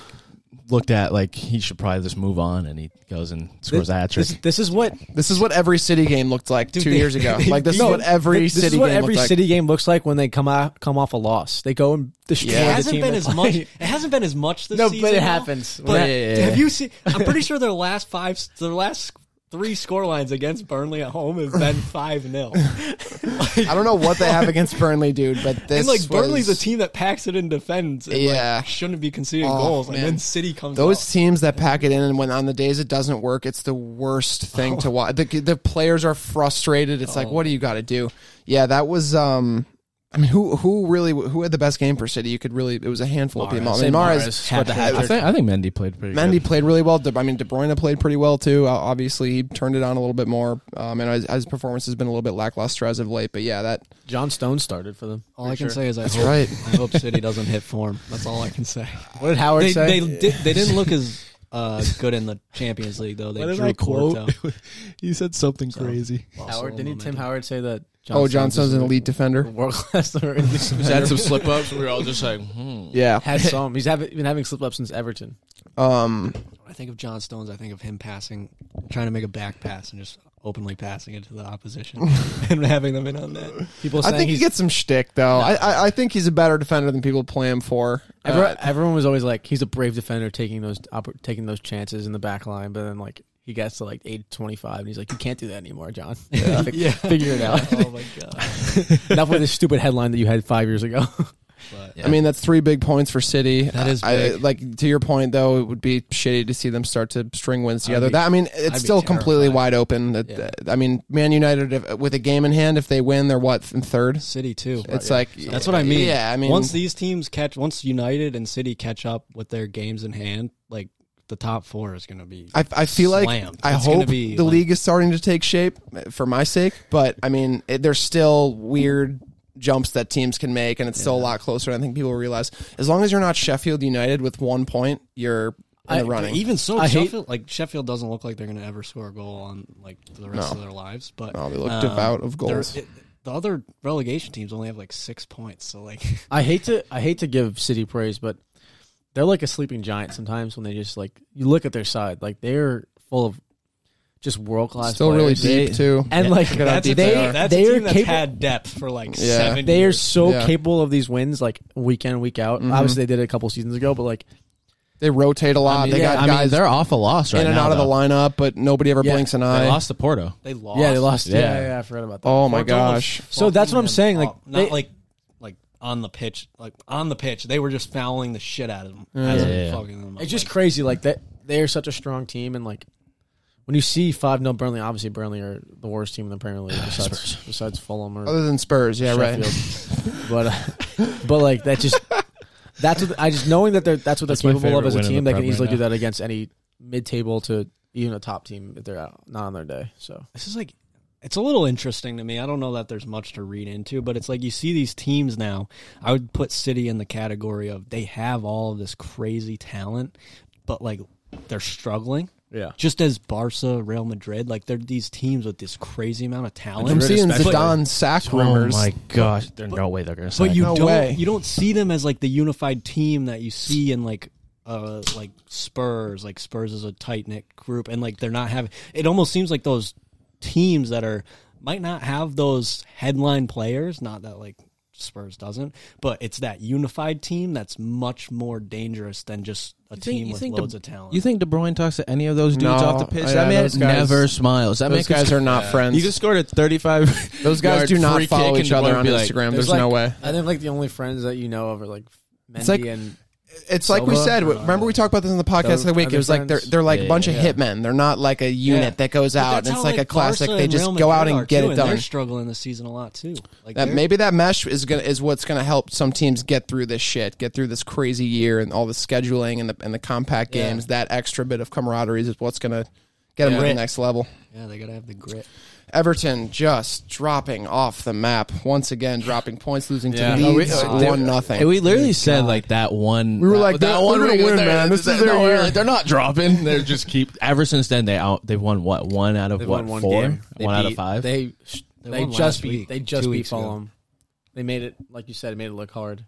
looked at like he should probably just move on, and he goes and scores a hat trick. This, this is what This is what every city game looked like two they- years ago. they like this No, is what every this city is what game every looked like. city game looks like when they come out come off a loss. They go and destroy It the hasn't team. been they as play. much. It hasn't been as much this No, but season. it though. happens. But Yeah, yeah, yeah. have you seen? I'm pretty sure their last five, their last three score lines against Burnley at home has been five 0 I don't know what they have against Burnley, dude, but this And like Burnley's a was- team that packs it in defends. And Yeah. like, shouldn't be conceding Oh, goals. man. And then City comes. Those out. teams that pack it in, and when on the days it doesn't work, it's the worst thing to watch. The, the players are frustrated. It's like, what do you got to do? Yeah, that was. um I mean, who who really who had the best game for City? You could really. It was a handful of people. I mean, Say Mahrez, Mahrez scored the I hat-trick. think I think Mendy played pretty. Mendy good. played really well. De, I mean, De Bruyne played pretty well too. Uh, obviously, he turned it on a little bit more. Um, and his, his performance has been a little bit lackluster as of late. But yeah, that John Stone started for them. All I can say is I hope, right. I hope City doesn't hit form. That's all I can say. What did Howard They, say? they, did, they didn't look as uh, good in the Champions League though. They What did drew I quote? Porto. He said something crazy. Howard didn't Tim Howard say that? John oh, Johnson's Stones an is elite defender. world class. He's had some slip ups. We were all just like, Mm-hmm. hmm. Yeah. Had some. He's having, been having slip ups since Everton. Um, When I think of John Stones, I think of him passing, trying to make a back pass and just openly passing it to the opposition and having them in on that. People I saying think he he's, gets some shtick though. I, I I think he's a better defender than people play him for. Uh, everyone, everyone was always like he's a brave defender taking those oppor- taking those chances in the back line, but then like he gets to like eight twenty five and he's like you can't do that anymore, John. Yeah. figure it out. oh my god! Enough with this stupid headline that you had five years ago. But I mean, that's three big points for City. That is I, big. like to your point though. It would be shitty to see them start to string wins together. be- that I mean, it's be still completely terrified. wide open. That Yeah. I mean, Man United if, with a game in hand, if they win, they're what in third. City too. It's like That's what I mean. Yeah, I mean, once these teams catch, once United and City catch up with their games in hand, like the top four is going to be. I, I feel like slammed. I It's gonna hope be the like- league is starting to take shape uh, for my sake, but I mean, it, there's still weird jumps that teams can make, and it's still a lot closer. than I think people realize as long as you're not Sheffield United with one point, you're in I- the running. Even so, I hate- Sheffield like Sheffield doesn't look like they're going to ever score a goal on like for the rest No. of their lives. But um, No, they look um, devout of they're- goals. it- the other relegation teams only have like six points, so like I hate to I hate to give City praise, but they're like a sleeping giant sometimes when they just like you look at their side, like they're full of just world class. still really deep They- too. and like Look at how that's a, deep they team- are. that's a They are team that's capable- had depth for like Yeah. seven they are years. so Yeah. capable of these wins, like week in week out. Obviously, they did it a couple seasons ago, but like They rotate a lot. they yeah, got I mean, guys they're off a loss right in and now, out of the though. lineup, but nobody ever Yeah. blinks an They eye. lost to Porto. they lost. yeah, they lost. Yeah, Yeah. yeah, I forgot about that. Oh my Porto was gosh! So that's what I'm fucking saying, them like, up. not they- like like on the pitch, like on the pitch, they were just fouling the shit out of them. as Yeah, they yeah. fucking them up. It's just Like, crazy. Like that, they are such a strong team, and like when you see five 0 Burnley, obviously Burnley are the worst team in the Premier League besides besides Fulham or Other than Spurs, Oh, yeah, right. Sheffield. but uh, but like that just that's what I just knowing that they're that's what they're That's my capable of favorite as a win in team. the They can Prem right easily do now. that against any mid table to even a top team if they're out, not on their day. So this is like it's a little interesting to me. I don't know that there's much to read into, but it's like you see these teams now. I would put City in the category of they have all of this crazy talent, but like they're struggling. yeah, Just as Barca, Real Madrid, like they're these teams with this crazy amount of talent. I'm seeing especially. Zidane sack rumors. Oh my gosh! There's no way they're gonna. But sign you him. No don't way. you don't see them as like the unified team that you see in like uh like Spurs. Like Spurs is a tight knit group and like they're not having it almost seems like those teams that are might not have those headline players, not that like Spurs doesn't, but it's that unified team that's much more dangerous than just a team with loads De, of talent. You think De Bruyne talks to any of those dudes No, off the pitch? yeah, that man those guys- never smiles. That man Those could guys sc- are not friends. You just scored a thirty-five. Those guys yard do not free follow kick each and other DeBruyne on be like, Instagram. There's, no way. I think like the only friends that you know of are like Mendy like- and It's like we Silva? said. Remember we talked about this in the podcast Those of the week. It other was like they're friends? they're like a Yeah, bunch of yeah. hitmen. They're not like a unit Yeah. that goes But out. that's And it's how, like, a classic. Barca They and just Real go out Madrid and are, get too, it They're done. struggling this season a lot too. Like That they're- maybe that mesh is gonna is what's gonna help some teams get through this shit, get through this crazy year and all the scheduling and the and the compact Yeah. games. That extra bit of camaraderie is what's gonna get them to the Grit. next level. yeah, they gotta have the grit. Everton just dropping off the map once again, dropping points, losing Yeah. to Oh, we- Leeds oh, one nothing. And we literally said like that one. We were like, that "We're gonna week, win, they're- man. This is they're- their no, we were year." like, they're not dropping. They're just keep. Ever since then, they out. They've won what one out of they what won one four? game. They one out of beat- five. They They they, won last just beat week, they just two beat weeks ago. Fulham. They made it like you said. It made it look hard.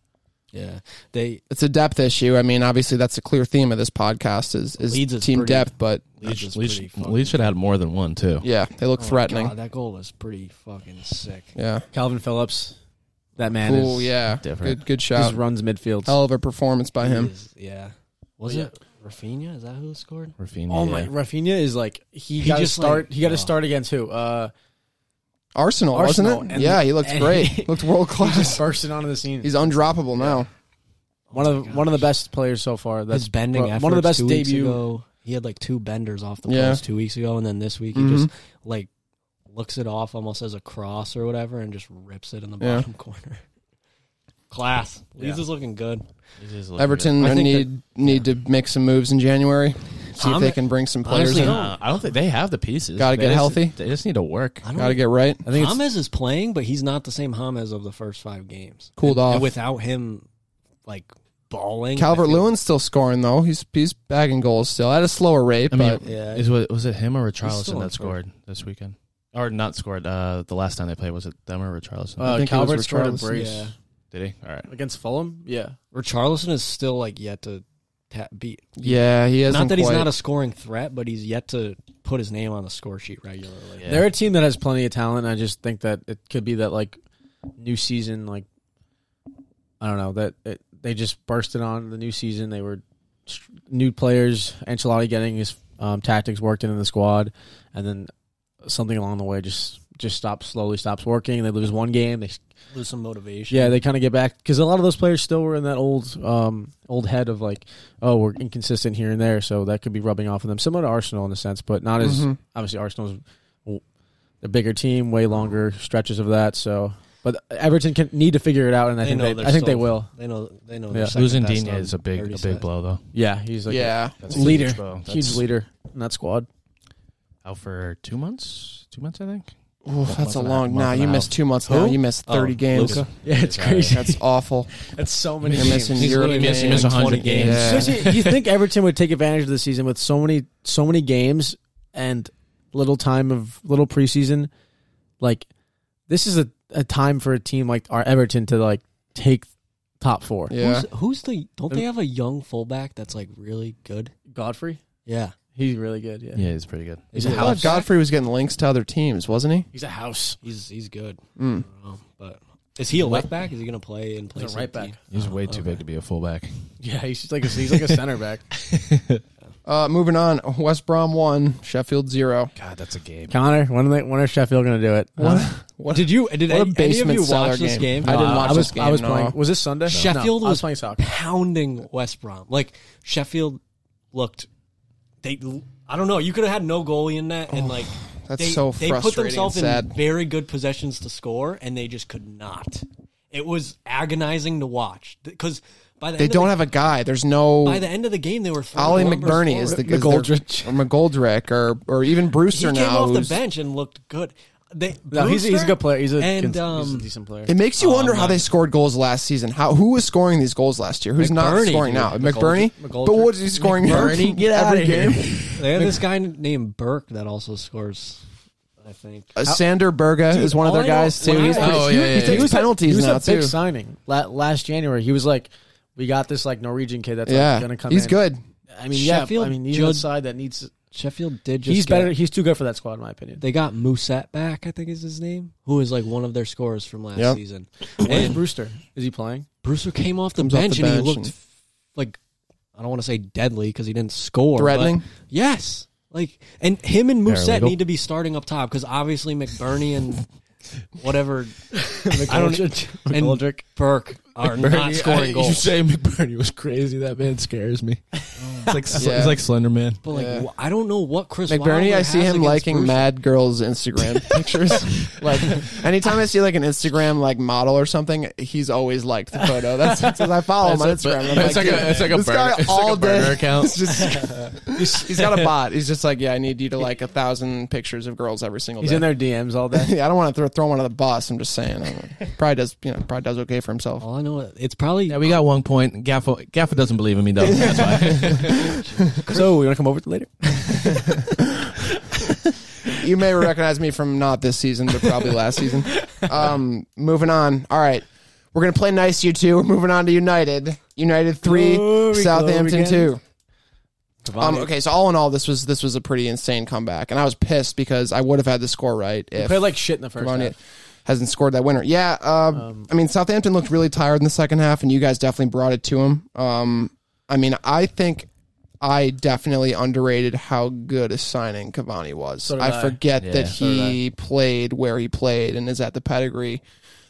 Yeah, they it's a depth issue. I mean, obviously that's a clear theme of this podcast is, is Leeds is team pretty- depth, but Leeds is Leeds pretty should- fucking- Leeds should have had more than one too. yeah, they look Oh my threatening. God, that goal was pretty fucking sick. Yeah. Calvin Phillips, that man Cool, is yeah. different. Good good just shout. runs midfield. Hell of a performance by him. He is- yeah. Was Yeah. it Rafinha? Is that who scored? Rafinha, Oh yeah. my! Rafinha is like he, He got to just, start. like, he got to uh, start against who? Uh, Arsenal, Arsenal, wasn't it? and- yeah, he looked and- great. looked world class. just bursting onto the scene. He's undroppable now. one of the, one of the best players so far. That's His bending. pro- one of the best efforts two weeks debut. ago, he had like two benders off the Yeah. post two weeks ago, and then this week Mm-hmm. he just like looks it off almost as a cross or whatever, and just rips it in the Yeah. bottom corner. Class. Leeds is looking good. This is looking Everton I think need need to make some moves in January. See if I'm- they can bring some players honestly, good. in. Nah, I don't think they have the pieces. Gotta They get just- healthy. They just need to work. I don't. Got to get right. I think it's, James is playing, but he's not the same James of the first five games. Cooled And- and off. without him, like balling. I Calvert feel- Lewin's still scoring though. He's he's bagging goals still at a slower rate, I mean, but yeah. is what was it him or He's still Richarlison on that scored this weekend? Or not scored? Uh, the last time they played was it them or Richarlison? uh, think it was Calvert scored a Richarlison. brace Yeah. Did he? All right. against Fulham. Yeah, Richarlison is still like yet to ta- beat. yeah, he hasn't. Not that he's quite- not a scoring threat, but he's yet to put his name on the score sheet regularly. Yeah. they're a team that has plenty of talent. I just think that it could be that like new season. Like I don't know that it, they just bursted on the new season. They were str- new players. Ancelotti getting his um, tactics worked into the squad, and then something along the way just just stops slowly stops working. They lose one game. They Lose some motivation. Yeah, they kind of get back because a lot of those players still were in that old um, old head of like, oh, we're inconsistent here and there, so that could be rubbing off on them. Similar to Arsenal in a sense, but not as Mhm. obviously Arsenal's w- a bigger team, way longer stretches of that. So, but Everton can need to figure it out, and I They think know they, they're I think they still- will. They know. They know. Yeah. they're second Losing best Digne on is a big, a 30 big sides. blow though. Yeah, he's like a yeah, That's leader, huge, bro. huge That's leader in that squad. Out for two months, two months I think. Oof, month that's a and a long. half, Nah, month and you a missed half. two months Who? now. You missed thirty Oh, games. Luka. Yeah, it's Yeah, crazy. That's awful. That's so many. You're missing He's Europe. literally missing- games. missing 100 games. Yeah. Seriously, you think Everton would take advantage of the season with so many so many games and little time of little preseason? Like this is a, a time for a team like our Everton to like take top four. Yeah. Who's, who's the? Don't they have a young fullback that's like really good? Godfrey, Yeah. he's really good. Yeah, Yeah, he's pretty good. he's Is a it I thought house. Godfrey was getting links to other teams, wasn't he? He's a house. He's he's good. Mm. I don't know, but is he a left back? Is he going to play and play He's a right back. He's way too big to be a fullback. Yeah, he's just like a, he's like a center back. Uh, moving on, West Brom one, Sheffield zero. God, that's a game. Connor, when are they, when are Sheffield going to do it? What? Huh? What? Did you? What Did a any, any of basement you cellar watch this game. game? I didn't Uh, watch I was, this game, I was no. playing. Was this Sunday? Sheffield No, I was was playing soccer. pounding West Brom. Like Sheffield looked. They. I don't know. You could have had no goalie in that, and like Oh, That's they, so they frustrating. put themselves and sad. in very good possessions to score, and they just could not. It was agonizing to watch because by the they end don't of have a guy. There's no. the, by the end of the game they were throwing Ollie numbers McBurney forward. is the is their- McGoldrick. or McGoldrick, or or even he Brewster came now. off the who's- bench and looked good. They, No, he's, he's a Brewster good player. He's a, and he's a um, decent player. It makes you wonder how they scored goals last season. How who was scoring these goals last year? Who's not McBurney, scoring dude. now? McBurney. McGoldrick. But what is he scoring? McBurney, get outta every here. game? they have this guy named Burke that also scores. I think Uh, Sander Berga is one of their all oh, I know- guys too. when I- He's pretty- Oh, he- yeah, yeah, he yeah. takes penalties he was now a big too. signing La- last January. He was like, "We got this like Norwegian kid that's like, Yeah, gonna come." he's in. good. I mean, yeah. Sheffield I mean, he's Jud- outside that needs Sheffield did just He's get- better. He's too good for that squad, in my opinion. They got Musette back, I think is his name, who is like one of their scorers from last Yep. season. Where's And Brewster? Is he playing? Brewster came off the Comes off bench the and bench he looked and- like I don't want to say deadly because he didn't score. but- Threatening. yes. Like and him and Musette Paralegal. need to be starting up top because obviously McBurney and whatever I don't and McGoldrick. Burke are not scoring You goals. say McBurney was crazy. That man scares me. it's like Yeah. it's like Slender Man. But like Yeah. wh- I don't know what Chris McBurney, Wilder I see has him against liking Brewster. mad girls' Instagram pictures. Like, anytime I see like an Instagram like model or something, he's always liked the photo. That's because I follow him on That's Instagram. a- I'm it's like a- dude, it's like a this burner- guy it's like all a burner day- account. it's just- he's- he's got a bot. He's just like, yeah, I need you to like a thousand pictures of girls every single He's day. in their DMs all day. yeah, I don't want to throw, throw him under the bus. I'm just saying, probably does you know probably does okay for himself. All I know is- it's probably Yeah, we got one point. Gaffa Gaffa doesn't believe in me though. That's why. so you want to come over later? you may recognize me from not this season, but probably last season. Um, moving on. All right. We're going to play nice, you two. We're moving on to United. United 3, Glory, Southampton glory 2. Um, Cavani. okay, so all in all, this was this was a pretty insane comeback, and I was pissed because I would have had the score right if Played like shit in the first Cavani half. hasn't scored that winner. Yeah, um, I mean Southampton looked really tired in the second half, and you guys definitely brought it to them. Um, I mean, I think I definitely underrated how good a signing Cavani was. So did I I. forget Yeah, that so he played where he played and is at the pedigree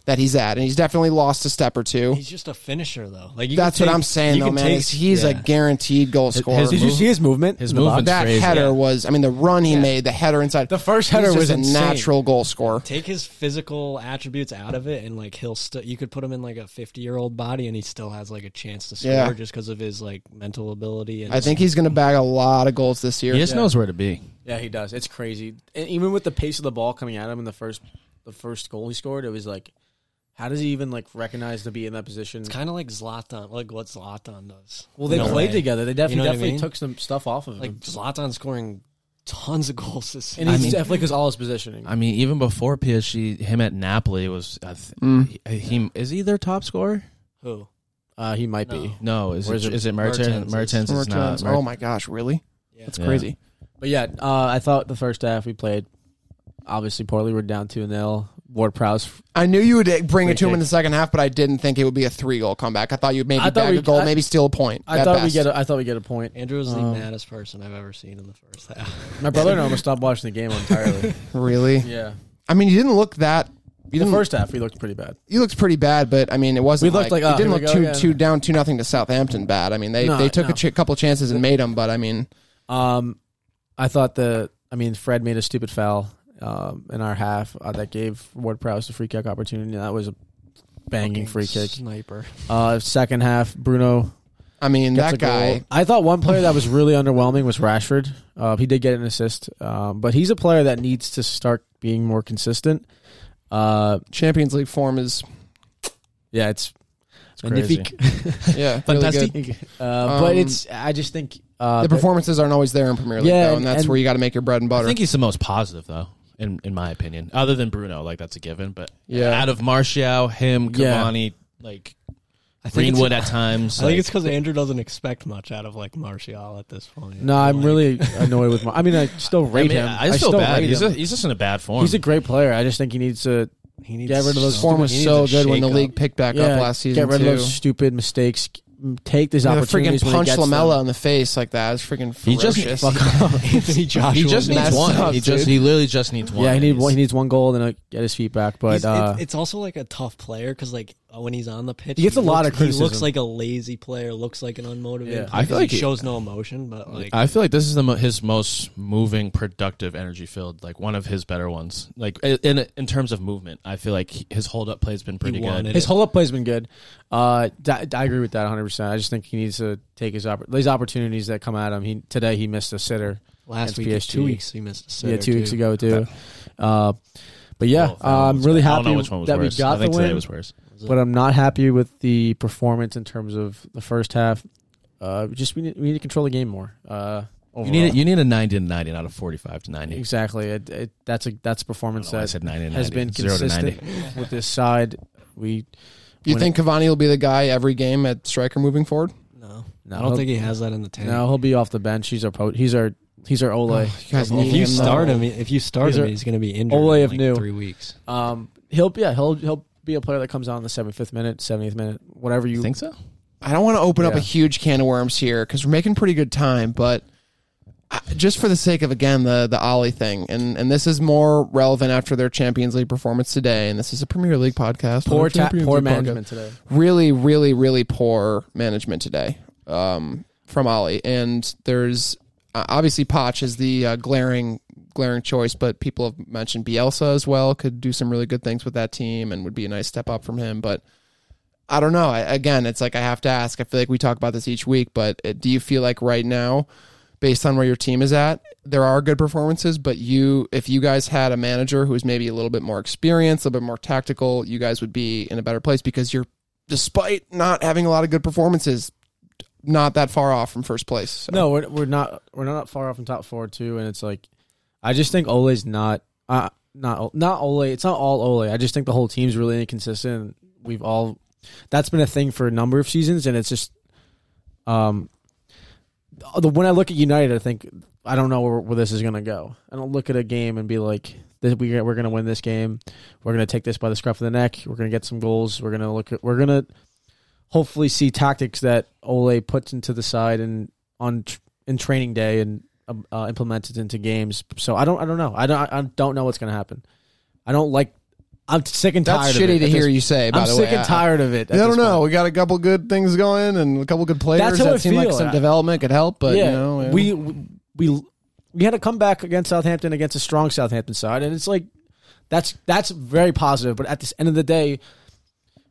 that he's at, and he's definitely lost a step or two. he's just a finisher though. Like you can That's take- what I'm saying, you though, can man. take- is he's a yeah. guaranteed goal scorer. Did you see his movement? His in the box? movement. that Crazy. header was, I mean, the run he made, the header inside. The first He's header just was a insane. natural goal scorer. take his physical attributes out of it and like he'll still you could put him in like a 50 year old body and he still has like a chance to score Yeah. just because of his like mental ability and I think he's going to bag a lot of goals this year. He just knows where to be. Yeah, he does. It's crazy. And even with the pace of the ball coming at him in the first, the first goal he scored, it was like, how does he even like recognize to be in that position? it's kind of like Zlatan like what Zlatan does well, they In a played way. together. They definitely You know what I definitely mean? took some stuff off of like him. Zlatan scoring tons of goals this And season. I he's mean- definitely because all his positioning. I mean, even before PSG, him at Napoli was. I th- he, he- is he their top scorer? who Uh, he might be, No. No, is Or it is is it it Mertens? Mertens? Mertens Or is not. Jones. Mer- oh my gosh, really? Yeah. That's Yeah. crazy. but yeah, uh, I thought the first half we played obviously poorly. We're down two 0 Ward Prowse. I knew you would bring it to him kick. in the second half, but I didn't think it would be a three goal comeback. I thought you'd maybe I thought bag we- a goal, I- maybe steal a point. I at thought we best. get. A, I thought we get a point. Andrew was the Um, maddest person I've ever seen in the first half. My brother and I almost stopped watching the game entirely. really. yeah, I mean, you didn't look that. You the didn't. first half we looked pretty bad. you looked pretty bad, but I mean, it wasn't. We looked like, like, it oh, didn't here look we too go again. too down two nothing to Southampton bad. I mean, they No, they took no. a ch- couple chances and made them, but I mean, Um, I thought the. I mean, Fred made a stupid foul um, in our half uh, that gave Ward Prowse a free kick opportunity. That was a banging Fucking free kick. sniper. Uh, second half, Bruno I mean gets a that guy. goal. I thought one player that was really underwhelming was Rashford. Uh, he did get an assist, um, but he's a player that needs to start being more consistent. Uh, Champions League form is yeah, it's, crazy. magnifique. yeah really good. Uh, but Um, it's. I just think uh, the performances aren't always there in Premier League, Yeah, though, and and- that's and- where you got to make your bread and I butter. think he's the most positive though, in in my opinion. Other than Bruno, like that's a given. But Yeah. out of Martial, him, Yeah. Cavani, like I think Greenwood it's, at times. I think like- it's because Andrew doesn't expect much out of like Martial at this point. No, I'm really annoyed with. My, I mean, I still I, rate mean, him. I just feel still bad. rate He's, him. a, he's just in a bad form. He's a great player. I just think he needs to He needs get rid of His those. form stupid- was he needs so a good when the shake-up. league picked back Yeah, up last season Get rid too. of those stupid mistakes. Take these I mean, the freaking opportunities. when he punch gets them. Lamella in the face like that is freaking He ferocious. just- Anthony Joshua. he just needs messed one. up, he just dude. he literally just needs one. Yeah, he need He's- one. He needs one goal, then he'll get his feet back. But He's- uh, it- it's also like a tough player because like uh, when he's on the pitch, He gets a lot looks- of He looks criticism. like a lazy player, looks like an unmotivated. Yeah. player I feel 'cause like he he- shows no emotion, but like I feel like this is the mo- his most moving, productive, energy filled, like one of his better ones. Like i- in in terms of movement, I feel like he- his hold up play's been pretty wanted good. his whole up play's been good. Uh, I, I agree with that 100. percent I just think he needs to take his oppor- these opportunities that come at him. He today he missed a sitter. Against last week, PSG. two weeks he missed a sitter. yeah, two weeks too. ago too. Uh, but yeah, Well, that one I'm was really bad. I happy don't know which one was that worse. we got I think the today win. was worse. but uh, I'm not happy with the performance in terms of the first half. Uh, we just we need, we need to control the game more. Uh, You overall. need a, you need a ninety to ninety, not a forty five to ninety. exactly. It, it, that's a that's a I, performance don't know why I that said ninety to has 90. been Zero to consistent ninety. with this side. We You When think Cavani will be the guy every game at striker moving forward? No, no, I don't he'll- think he has that in the tank. no he'll be off the bench. He's our pro, he's our He's our Oh, Ole. you guys Our Ole. If you him, start though. him, if you start These him, are- he's going to be injured Ole in of like new. three weeks. Um, he'll yeah he'll he'll be a player that comes out in the seventy fifth minute, seventy eighth minute, whatever you. You think so? I don't want to open up a Yeah. huge can of worms here because we're making pretty good time, but I- just for the sake of again the the Ollie thing, and and this is more relevant after their Champions League performance today, and this is a Premier League podcast. not poor a ta- Champions poor League podcast. management today. Really, really, really poor management today um, from Ollie, and there's uh, obviously Poch is the uh, glaring glaring choice, but people have mentioned Bielsa as well could do some really good things with that team and would be a nice step up from him, but. I don't know. I, again, it's like I have to ask. I feel like we talk about this each week, but uh do you feel like right now, based on where your team is at, there are good performances, but you, if you guys had a manager who was maybe a little bit more experienced, a little bit more tactical, you guys would be in a better place because you're, despite not having a lot of good performances, not that far off from first place. So. No, we're we're not we're not far off from top four too, and it's like I just think Ole's not uh, not not Ole. It's not all Ole. I just think the whole team's really inconsistent. We've all that's been a thing for a number of seasons, and it's just um the when I look at United, I think I don't know where, where this is gonna go. I don't look at a game and be like. This, we, we're gonna win this game. We're gonna take this by the scruff of the neck. We're gonna get some goals. We're gonna look. At, we're gonna hopefully see tactics that Ole puts into the side and on tr- in training day and um, uh, implemented into games. So I don't I don't know. I don't I don't know what's going to happen. I don't like. I'm sick and tired. That's of it shitty at to this- hear you say. By I'm the sick way. and I- tired of it. at I don't this know. point. We got a couple good things going and a couple good players That's how I that seem like feel. some I- development could help, but you know, yeah. we we we had a comeback against Southampton against a strong Southampton side, and it's like that's that's very positive. But at this end of the day,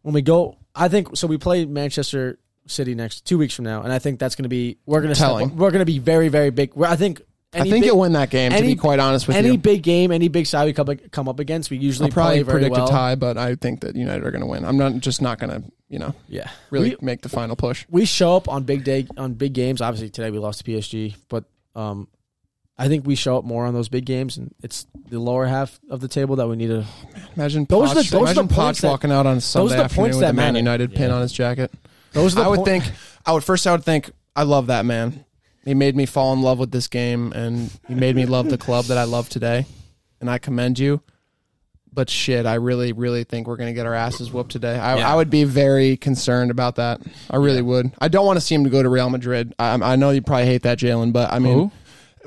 when we go, I think so. We play Manchester City next two weeks from now, and I think that's going to be we're going to Telling. we're going to be very very big. We're- I think I any think big- you'll win that game. to any- be quite honest with any you, big game, any big side we come, come up against, we usually I'll probably play very predict well. a tie, but I think that United are going to win. I'm not just not going to, you know, Yeah, really We, make the final push. we show up on big day on big games. Obviously, today we lost to PSG, but um, I think we show up more on those big games, and it's the lower half of the table that we need to. Imagine Those Poch, are the- those are the imagine points Poch that- walking out on Sunday are the afternoon points with that a Man matter. United pin Yeah. on his jacket. Those are the I would point- think. I would first. I would think. I love that man. He made me fall in love with this game, and he made me love the club that I love today. And I commend you. But shit, I really, really think we're gonna get our asses whooped today. I, Yeah. I would be very concerned about that. I really would. I don't want to see him to go to Real Madrid. I, I know you probably hate that, Jalen, but I mean,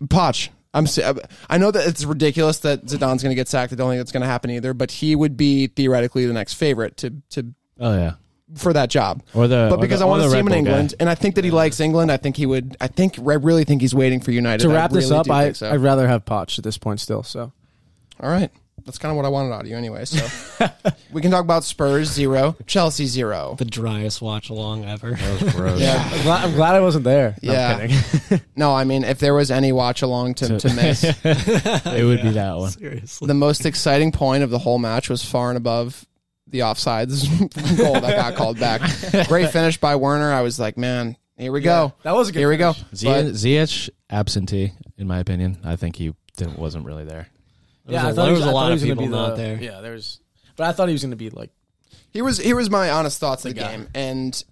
Poch. I'm. si- uh, I know that it's ridiculous that Zidane's going to get sacked. I don't think that's going to happen either. But he would be theoretically the next favorite to to Oh yeah. for that job. Or the But or because Uh, the- I or want to the see Red him Bull in guy. England, and I think that he likes England, I think he would. I think I really think he's waiting for United to I wrap this really up. do I think so. I'd rather have Poch at this point still. So all right. That's kind of what I wanted out of you anyway. So we can talk about Spurs zero, Chelsea zero. The driest watch along ever. That was gross. Yeah. I'm glad, I'm glad I wasn't there. No, I'm Yeah. kidding. No, I mean if there was any watch along to, to miss, It would be that one. Seriously. the most exciting point of the whole match was far and above the offsides goal that got called back. Great finish by Werner. I was like, man, here we go. that was a good. Here we go. But- Z- Ziyech absentee, in my opinion. I think he didn't, wasn't really there. yeah, there was a I thought lot he of was gonna people be the- not there. Yeah, there was. But I thought he was going to be like Here was here was my honest thoughts of the game, and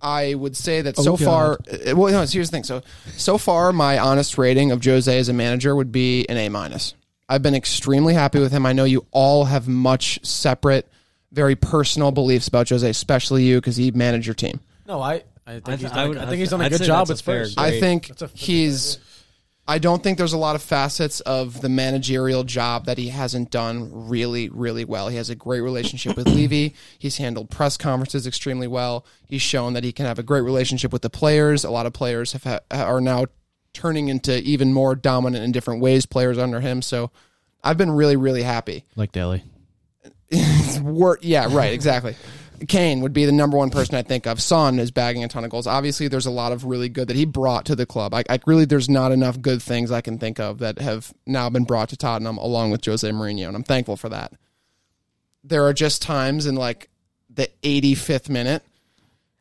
I would say that so far. uh, Well, no, here's the thing. So so far, my honest rating of Jose as a manager would be an A minus. I've been extremely happy with him. I know you all have much separate, very personal beliefs about Jose, especially you because he managed your team. no. I I think I th- he's I done. a- would- I think he's done a I'd good say job that's a with Spurs. fair- I Great. think That's a- that's a he's. I don't think there's a lot of facets of the managerial job that he hasn't done really, really well. He has a great relationship with Levy. He's handled press conferences extremely well. He's shown that he can have a great relationship with the players. A lot of players have ha- are now turning into even more dominant in different ways. Players under him, so I've been really, really happy. Like Delhi. It's wor- yeah, right, exactly. Kane would be the number one person I think of. Son is bagging a ton of goals. Obviously, there's a lot of really good that he brought to the club. I, I really, there's not enough good things I can think of that have now been brought to Tottenham along with Jose Mourinho, and I'm thankful for that. There are just times in like the 85th minute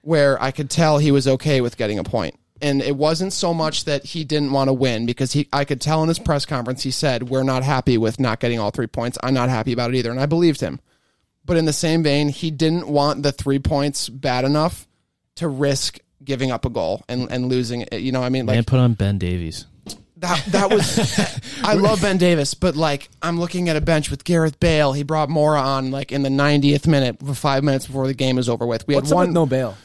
where I could tell he was okay with getting a point. And it wasn't so much that he didn't want to win because he I could tell in his press conference he said, We're not happy with not getting all three points. I'm not happy about it either. And I believed him. But in the same vein, he didn't want the three points bad enough to risk giving up a goal and, and losing it. You know, what I mean, Man like put on Ben Davies. That that was. I love Ben Davis, but like I'm looking at a bench with Gareth Bale. He brought Mora on like in the 90th minute, five minutes before the game is over with. Uh, We What's had up one. with no bail?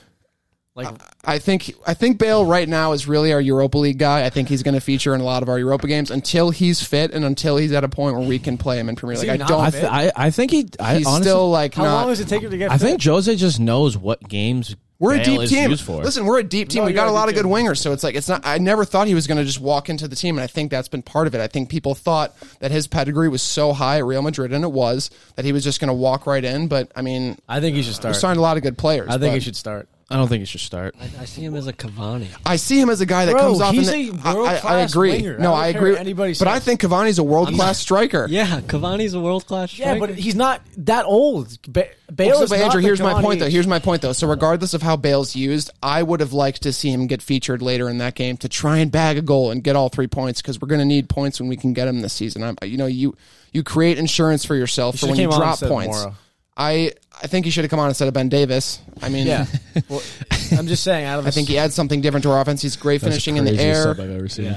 Like I think I think Bale right now is really our Europa League guy. I think he's going to feature in a lot of our Europa games until he's fit and until he's at a point where we can play him in Premier League. he I not don't. I, th- I I think he. I he's honestly, still like How not. long does it take him to get? I fit? think Jose just knows what games we're Bale a deep is team. used for. Listen, we're a deep team. No, we you got are a a lot of deep good team. wingers, so it's like it's not. I never thought he was going to just walk into the team, and I think that's been part of it. I think people thought that his pedigree was so high at Real Madrid, and it was that he was just going to walk right in. But I mean, I think he should we start. signed a lot of good players. I think but he should start. I don't think he should start. I see him as a Cavani. I see him as a guy that Bro, comes off. he's in a the, I- I- I, world-class agree. winger. No, I don't I, care agree. what anybody but I says. think Cavani's a world class striker. Yeah, Cavani's a world class. Yeah, but he's not that old. Ba- Bale Well, is but not Andrew, the here's my Cavani point though. age. Here's my point though. So regardless of how Bale's used, I would have liked to see him get featured later in that game to try and bag a goal and get all three points because we're going to need points when we can get them this season. I'm, you know, you you create insurance for yourself for should've when you came on drop instead of points. Mora. I I think he should have come on instead of Ben Davis. I mean, yeah. well, I'm just saying. Out of I think he adds something different to our offense. He's great finishing in the air. I've ever seen.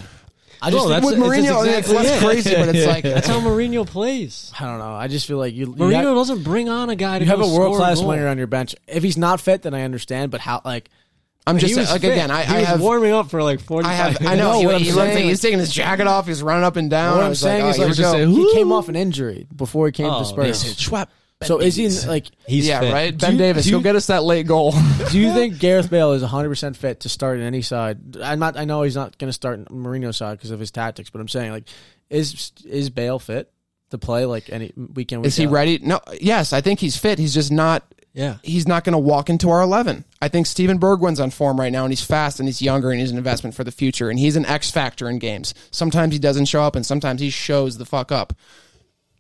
I just Well, think with Mourinho, it's less crazy, but it's like That's how Mourinho plays. I don't know. I just feel like you. you Mourinho got- doesn't bring on a guy to You have go a world class score a goal. winger on your bench. If he's not fit, then I understand. But how? Like, I'm just He was like fit. again. I, I he was have. warming up for like forty. I have. I know. No, he, what I'm he runs- saying- he's taking his jacket off. He's running up and down. what I I'm was saying like, is oh, like here we go. he came off an injury before he came Oh, to Spurs. yeah. So is he like? He's yeah, fit. right. Ben you- Davis, do go you- get us that late goal. Do you think Gareth Bale is 100 percent fit to start in any side? I'm not. I know he's not going to start in Mourinho's side because of his tactics. But I'm saying like, is is Bale fit to play like any weekend? Week Is he out? ready? No. Yes, I think he's fit. He's just not. Yeah. He's not going to walk into our eleven. I think Steven Bergwin's on form right now, and he's fast, and he's younger, and he's an investment for the future, and he's an X factor in games. Sometimes he doesn't show up, and sometimes he shows the fuck up.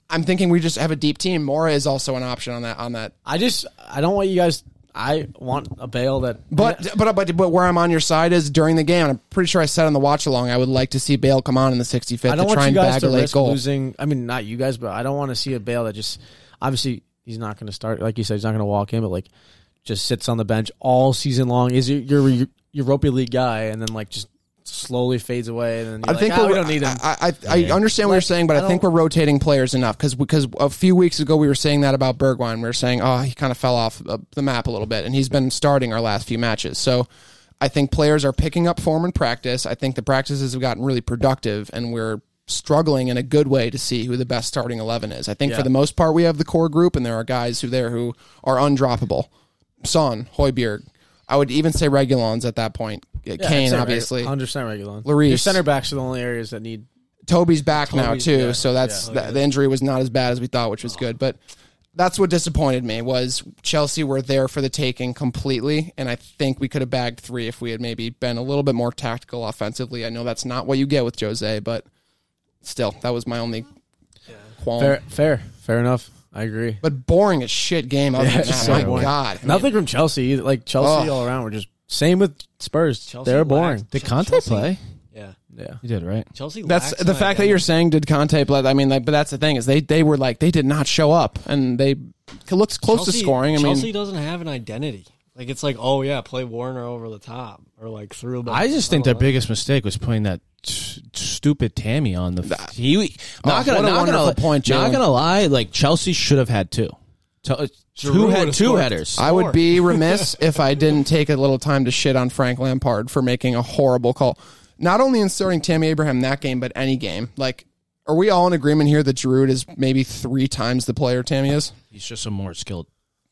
I'm thinking we just have a deep team. Mora is also an option on that. On that, I just. I don't want you guys. I want a Bale that. but but but but where I'm on your side is during the game. and I'm pretty sure I said on the watch along. I would like to see Bale come on in the 65th I don't to want try you and guys bag to a late risk goal. losing. I mean, not you guys, but I don't want to see a Bale that just obviously he's not going to start. Like you said, he's not going to walk in, but like just sits on the bench all season long. Is your your Europa League guy, and then like just slowly fades away. And then you're I like, think "Ah, we're, we don't need him. I, I, I understand what you're saying, but I, I think we're don't- rotating players enough because because a few weeks ago we were saying that about Bergwijn. We were saying, oh, he kind of fell off uh, the map a little bit, and he's been starting our last few matches. So I think players are picking up form in practice. I think the practices have gotten really productive, and we're struggling in a good way to see who the best starting 11 is. I think for Yeah. the most part we have the core group, and there are guys who there who are undroppable. Son, Hoiberg. I would even say Regulon's at that point. Kane, obviously. hundred percent regular. Lloris. Your center backs are the only areas that need. Toby's back now Toby's too, back, so that's Oh, the, the injury was not as bad as we thought, which was good. But that's what disappointed me was Chelsea were there for the taking completely, and I think we could have bagged three if we had maybe been a little bit more tactical offensively. I know that's not what you get with Jose, but still, that was my only qualm. Fair, fair, fair enough. I agree. But boring as shit game. Other than it's that, so my boring. god, I mean, Nothing from Chelsea. Either. Like Chelsea Ugh. all around were just same with Spurs. Chelsea They're lacked- boring. Did Ch- Conte Chelsea- play? Yeah. Yeah. He did, right? Chelsea. That's lacks the an fact that you're saying did Conte play. I mean, like, but that's the thing is they they were like they did not show up, and they it looks close to Chelsea- scoring. I mean, Chelsea doesn't have an identity. Like it's like, oh yeah, play Warner over the top or like through. the- I just think don't their biggest mistake was putting that t- stupid Tammy on the. F- he Oh, not gonna what a not wonderful gonna point, not Jalen. gonna lie. Like Chelsea should have had two, T- two Giroud had would've two scored. headers. I would Sure. be remiss if I didn't take a little time to shit on Frank Lampard for making a horrible call. Not only inserting Tammy Abraham that game, but any game. Like, are we all in agreement here that Giroud is maybe three times the player Tammy is? He's just a more skilled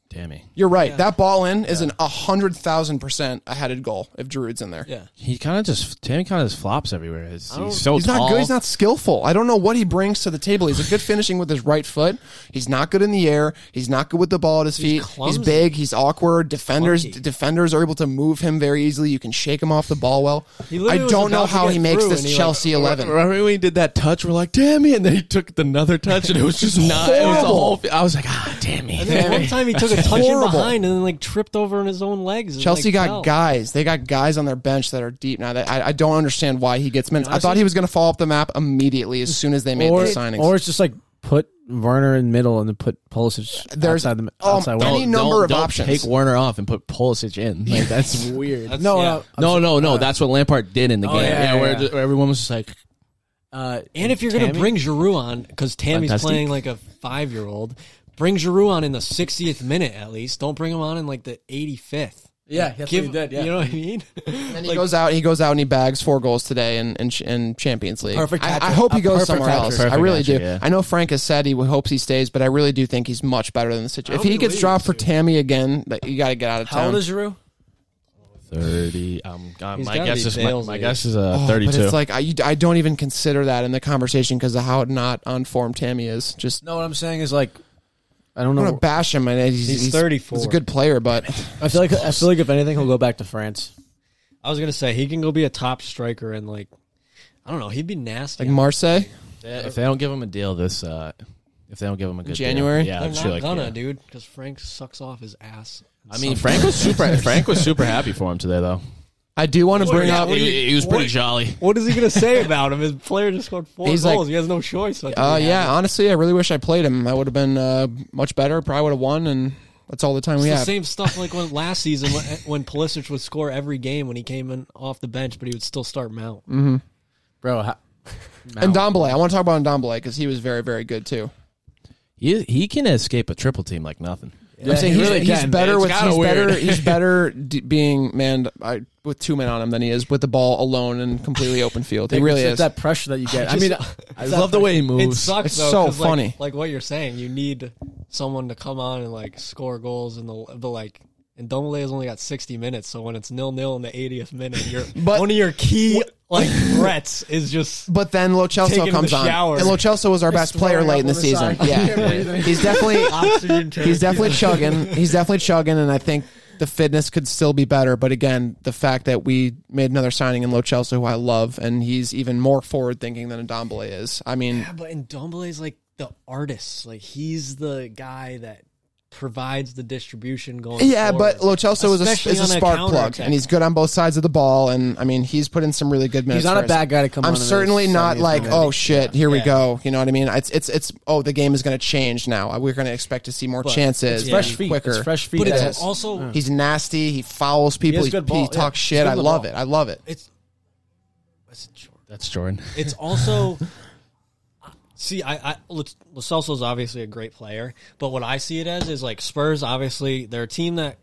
Tammy. You're right. That ball in is an a hundred thousand percent a headed goal if Giroud's in there. Yeah. He kind of just Tammy kind of just flops everywhere. He's, don't- he's so He's tall. not good. He's not skillful. I don't know what he brings to the table. He's a good finishing with his right foot. He's not good in the air. He's not good with the ball at his feet. He's clumsy. big. He's awkward. Defenders Clunky. defenders are able to move him very easily. You can shake him off the ball well. He I literally was don't know about to how get he makes through this and he, like, Chelsea eleven. Remember when he did that touch? We're like, Tammy, and then he took another touch, and it was just not. It was a horrible. whole. I was like, ah, Tammy. And then one time he took a touch in Horrible. behind and then like tripped over in his own legs. and, Chelsea like, got fell. guys. They got guys on their bench that are deep now. That I, I don't understand why he gets minutes. I thought he was going to fall off the map immediately as soon as they made Or, the signings. or it's just like put Werner in middle and then put Pulisic There's- outside the um, outside any wing. number don't, of don't options. Take Werner off and put Pulisic in. Like that's weird. That's- No, yeah. no, no, no, no. That's what Lampard did in the game. yeah, where, yeah. where everyone was just like, Uh, And if you're going to Tammy? bring Giroux on, because Tammy's Fantastic. playing like a five year old, bring Giroux on in the 60th minute at least. Don't bring him on in like the 85th. Yeah, that's what he did, yeah. You know what I mean? And he goes out. He goes out and he bags four goals today in in, in Champions League. Perfect I, hat I trick. hope he A goes perfect somewhere hat else. trick. I really Perfect hat do. trick, yeah. I know Frank has said he hopes he stays, but I really do think he's much better than the situation. If he gets dropped for Tammy again, like, you got to get out of how old town. is Giroux? Thirty. Um, God, He's my gotta guess be is my, Bale's my age. guess is uh, Oh, But thirty-two. it's like I, you- I don't even consider that in the conversation because of how not on form Tammy is. Just No, what I'm saying is like, I don't I'm gonna know. bash him. And he's, He's 34. He's a good player, but I feel like I feel like if anything, he'll go back to France. I was going to say, he can go be a top striker and like, I don't know, he'd be nasty. like Marseille, if they don't give him a deal this, uh, if they don't give him a good deal, January? yeah, They're I'd not be like, gonna, yeah. dude, because Frank sucks off his ass. I mean, Frank was super. Frank was super happy for him today, though. I do want to bring up. he, he was pretty jolly. What is he going to say about him? His player just scored four He's like- goals. he has no choice. but to Uh, be yeah, happy. honestly, I really wish I played him. I would have been uh, much better. Probably would have won, and that's all the time we have. It's the same stuff like when last season when, when Pulisic would score every game when he came in off the bench, but he would still start Mount. Bro, how, And Dombele, I want to talk about Dombele because he was very, very good too. He he can escape a triple team like nothing. Yeah, I'm saying he he's, really he's can. better It's with kinda he's weird. better he's better d- being manned I, with two men on him than he is with the ball alone and completely open field. He Like, really it's is. that pressure that you get. I, just- mean, I love the way he It moves. sucks. It's though, so 'cause, like- funny. Like, what you're saying, you need someone to come on and like score goals in the but like. And Dombele has only got 60 minutes, so when it's nil nil in the 80th minute, your But- one of your key like threats is just But then Lo Celso Taking comes the on, shower. and Lo Celso was our best player throwing late up in the on the season. side. I can't Yeah, he's definitely oxygen. he's definitely chugging. He's definitely chugging, and I think the fitness could still be better. But again, the fact that we made another signing in Lo Celso, who I love, and he's even more forward thinking than Dombele is. I mean, Yeah, but and Dombele's like the artist. Like he's the guy that provides the distribution going. Yeah, forward. but Lo Celso is a, Especially is a on a spark plug, counterattack. and he's good on both sides of the ball. And I mean, he's put in some really good minutes. he's not for a us. bad guy to come. I'm on in the certainly not 70th like, minute. oh shit, here we Yeah. go. You know what I mean? It's it's it's oh the game is going to change now. Uh, We're going to expect to see more chances, It's fresh and feet. quicker. It's fresh feet. but it's That's- also He's nasty. He fouls people. has He, good he ball, yeah. talks He's shit. good I with the love ball. it. I love it. it's. What's it, Jordan? That's Jordan. It's also. See, I, I Lo Lo Celso's obviously a great player, but what I see it as is like Spurs. Obviously, they're a team that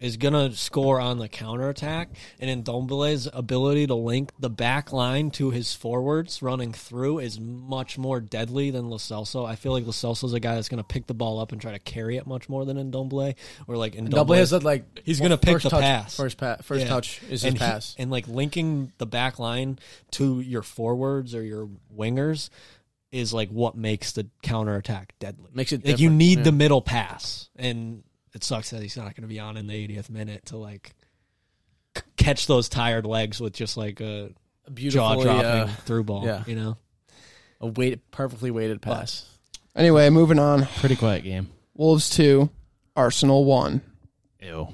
is gonna score on the counterattack, and in Dombele's ability to link the back line to his forwards running through is much more deadly than Lo Celso. I feel like Lo Celso's a guy that's gonna pick the ball up and try to carry it much more than in Dombele, or like in Double has that like He's gonna pick first the touch- pass. First pass. First Yeah. touch is his and he- pass. and like linking the back line to your forwards or your wingers is like what makes the counterattack deadly. Makes it like you different, need yeah. the middle pass, and it sucks that he's not going to be on in the 80th minute to like c- catch those tired legs with just like a jaw Beautiful. dropping Uh, through ball. yeah. You know, a weighted, perfectly weighted pass. Anyway, moving on. Pretty quiet game. Wolves two, Arsenal one. Ew.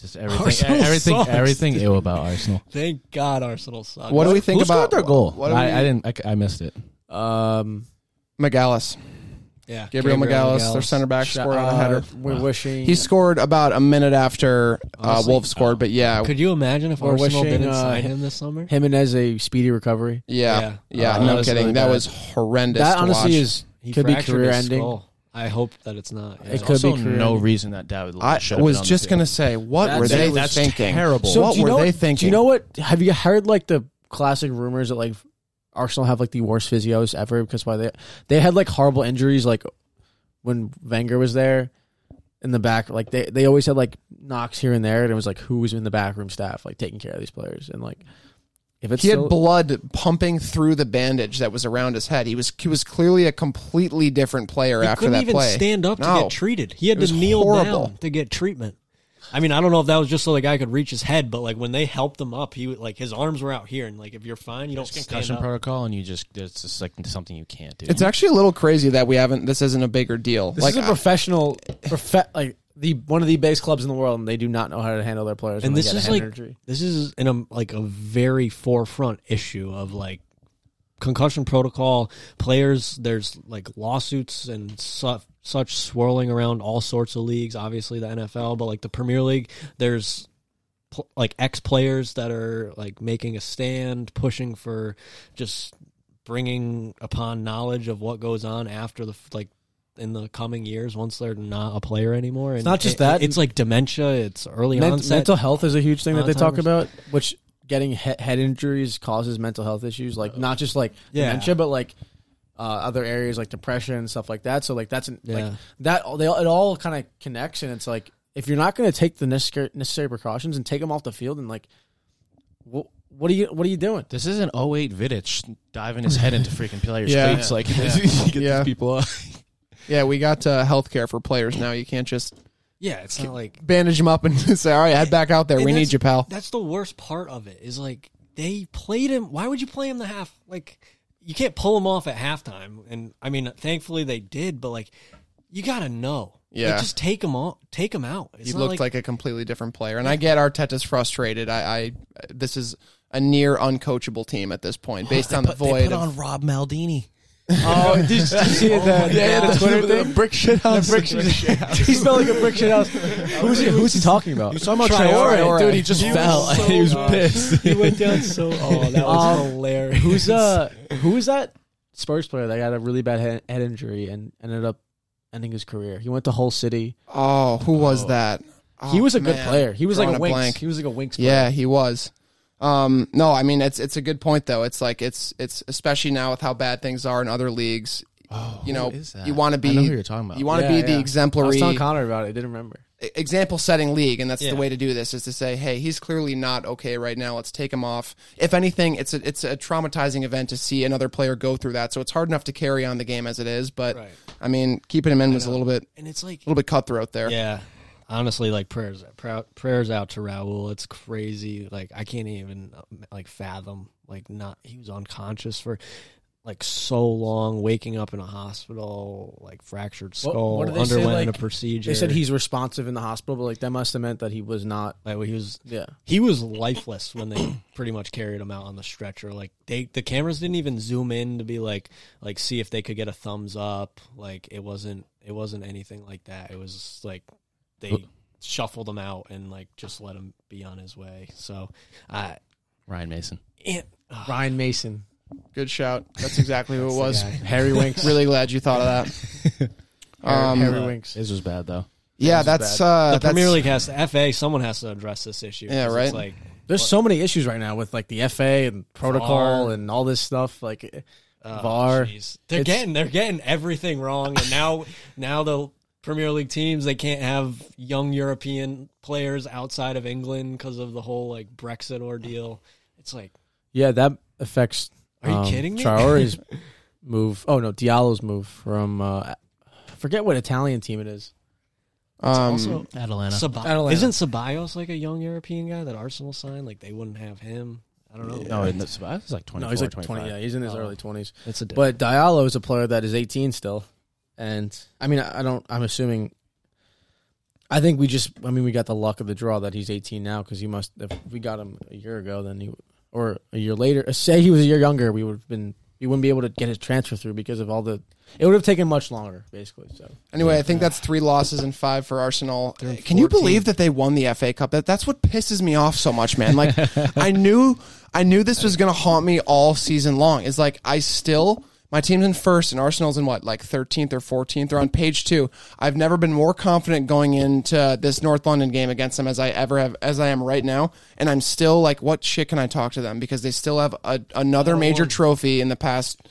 Just everything. e, Arsenal everything. sucks. Everything. Ew about Arsenal. thank God Arsenal sucks. What do we think Who scored about their goal? What do we, I, I didn't. I, c- I missed it. Um, Magallis, Yeah, Gabriel, Magallis, their center back, shot- scored on a uh, header. We're wishing. He scored about a minute after uh, Wolves scored, but yeah, Could you imagine if We're Arsenal wishing, didn't uh, sign him this summer? Jimenez a speedy recovery. Yeah, Yeah. yeah, no That was kidding. really that bad. was horrendous. That to honestly watch. is He could be fractured career his ending. skull. I hope that it's not. yeah. It There's could be also career no ending. reason that David. Luiz I should have been was on the just field. gonna say, what That's- were they That's thinking? terrible. So what do you were know- they thinking? Do you know what? Have you heard like the classic rumors that like Arsenal have like the worst physios ever because why they they had like horrible injuries like when Wenger was there in the back like they they always had like knocks here and there and it was like who was in the backroom staff like taking care of these players and like if it's He still- had blood pumping through the bandage that was around his head. He was he was clearly a completely different player He after couldn't that even play. stand up No. to get treated. He had was to kneel horrible. down to get treatment. I mean, I don't know if that was just so the guy could reach his head, but like when they helped him up, he would- like his arms were out here, and like if you're fine, you don't stand concussion up. protocol, and you just it's just like something you can't do. It's actually a little crazy that we haven't. This isn't a bigger deal. this like is a professional profe- like the one of the biggest clubs in the world and they do not know how to handle their players And when this they get is a hand like injury. this is in a like a very forefront issue of like concussion protocol players. There's like lawsuits and su- such swirling around all sorts of leagues. Obviously, the NFL, but like the Premier League, there's pl- like ex players that are like making a stand, pushing for just bringing upon knowledge of what goes on after the f- like in the coming years once they're not a player anymore. And not just it- that. it's like dementia. It's early Men- onset. mental health is a huge thing that they talk Alzheimer's. about, which getting he- head injuries causes mental health issues, like not just like Yeah. dementia, but like uh, other areas like depression and stuff like that. So like that's an, like Yeah. that all- they all- it all kind of connects, and it's like if you're not going to take the necessary, necessary precautions and take them off the field, and like what what are you what are you doing? This isn't 08 Vidic diving his head into freaking players' Yeah. face. Like, you get Yeah. these people up. Yeah, we got uh, health care for players now. You can't just Yeah, it's not like bandage them up and say, all right, head back out there. And We that's- need you, pal. That's the worst part of it. Is like they played him. Why would you play him the half? Like you can't pull him off at halftime. And I mean, thankfully they did. But like, you gotta know. Like, Yeah. just take him off. Take him out. It's You not looked like, a completely different player. And I get Arteta's frustrated. I, I This is a near uncoachable team at this point based on the void. of- Rob Maldini. Oh, did, you see that? yeah, the Twitter thing? brick shit house. brick shit house. He's smelling a brick shit house. who's he? Who's he talking about? He's talking about Traore. Traore. Dude, he just fell. so and he was good. pissed. he went down so. Oh, that was Um, hilarious. Who's uh who is that Spurs player that got a really bad head, head injury and ended up ending his career? He went to Hull City. oh, who was that? he Oh, was a good man. player. He was like Drawing a winks. blank. He was like a winks. Player. Yeah, he was. Um, no, I mean it's it's a good point though. It's like it's it's especially now with how bad things are in other leagues. Oh, You know, who is that? you want to I be know who you're talking about. You want to Yeah, be the yeah. I was exemplary telling Connor about it. I didn't remember. e, example setting league and that's Yeah. the way to do this is to say hey he's clearly not okay right now let's take him off if anything it's a, it's a traumatizing event to see another player go through that so it's hard enough to carry on the game as it is but Right. i mean keeping him in was a little bit a and it's like little bit cutthroat there Yeah. Honestly, like prayers, prou- prayers out to Raul. It's crazy. Like I can't even um, like fathom. Like not, he was unconscious for like so long. Waking up in a hospital, like fractured What- skull, what do they say, underwent like, a procedure. They said he's responsive in the hospital, but like that must have meant that he was not. like, he was Yeah. he was lifeless when they pretty much carried him out on the stretcher. Like they, the cameras didn't even zoom in to be like, like see if they could get a thumbs up. Like it wasn't, it wasn't anything like that. It was like they shuffled him out and like just let him be on his way. So, I, Ryan Mason. and, ah, Ryan Mason, good shout that's exactly who it was Harry Winks. really glad you thought of that um, Harry Winks. His was bad, though. yeah This is that's bad. uh the that's, Premier League has to, FA. Someone has to address this issue. Yeah, 'cause right. It's like There's so many issues right now with like the FA and protocol VAR. and all this stuff. Like, uh, Oh, VAR. jeez. They're It's- getting they're getting everything wrong, and now now the Premier League teams they can't have young European players outside of England because of the whole like Brexit ordeal. It's like, yeah, that affects. um, are you kidding me? Traore's move. Oh no, Diallo's move from. Uh, I forget what Italian team it is. um, also, Atlanta. Ceballos- Atalanta. isn't Ceballos like a young European guy that Arsenal signed? Like they wouldn't have him. I don't know. No, in the, I was like 24, No, he's like 20. 25. Yeah, he's in his Oh. early 20s. it's a different. But Diallo is a player that is 18 still. And I mean, I I don't, I'm assuming, I think we just, I mean, we got the luck of the draw that he's 18 now because he must, if we got him a year ago, then he, or a year later, uh, say he was a year younger, we would have been, we wouldn't be able to get his transfer through because of all the, it would have taken much longer, basically. So Anyway, I think that's three losses and five for Arsenal. in Can you 14. believe that they won the FA Cup? That that's what pisses me off so much, man. Like I knew I knew this was gonna haunt me all season long. It's like I still my team's in first and Arsenal's in what, like thirteenth or fourteenth or on page two. I've never been more confident going into this North London game against them as I ever have as I am right now. And I'm still like, what shit can I talk to them? Because they still have a, another major trophy in the past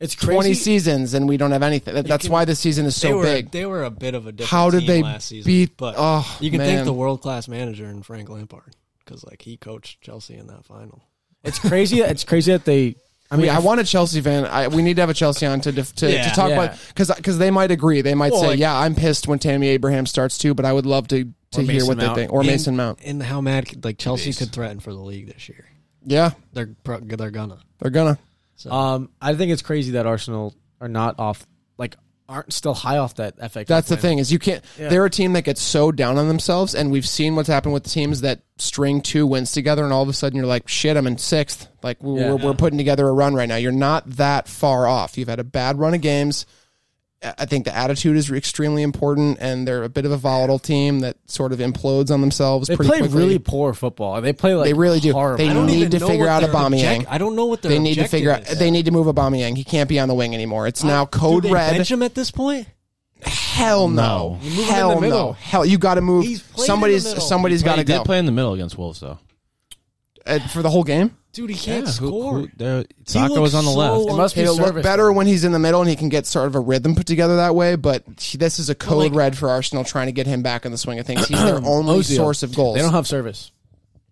it's twenty seasons and we don't have anything. That, that's why this season is they so were big. they were a bit of a different How did team they last season, beat- But oh, you can man. thank the world class manager in Frank Lampard because like he coached Chelsea in that final. It's crazy. It's crazy that they, I I mean, mean, I want a Chelsea fan. I, we need to have a Chelsea on to def- to, Yeah. to talk Yeah. about because because they might agree. They might Well, say, like- "Yeah, I'm pissed when Tammy Abraham starts too," but I would love to to Or hear Mason what Mount. they think or And- Mason Mount. And how mad like Chelsea could threaten for the league this year. Yeah, They're pro- they're gonna. they're gonna. So um, I think it's crazy that Arsenal are not off, like, aren't still high off that FA Cup That's the win. thing is you can't. Yeah. They're a team that gets so down on themselves, and we've seen what's happened with teams that string two wins together, and all of a sudden you're like, "Shit, I'm in sixth. Like we- we're, Yeah. we're putting together a run right now. You're not that far off. You've had a bad run of games. I think the attitude is extremely important, and they're a bit of a volatile team that sort of implodes on themselves. They pretty play quickly. really poor football. They play like They really do. horrible. They I don't need even- even to know figure what out their Aubameyang. object- I don't know what their They need to figure out. objective is. They need to move Aubameyang. He can't be on the wing anymore. It's now Do code they red. bench him at this point? Hell no. You move him Hell in the no. middle. Hell, you got to move. He's played in the Somebody's middle. somebody's got to He did go play in the middle against Wolves though. Uh, for the whole game. Dude, he can't who- score. who- there- Saka was looks on the so left. It must be It'll look service. better when he's in the middle and he can get sort of a rhythm put together that way. But this is a code like- red for Arsenal trying to get him back in the swing of things. He's their only Ozil. source of goals. They don't have service.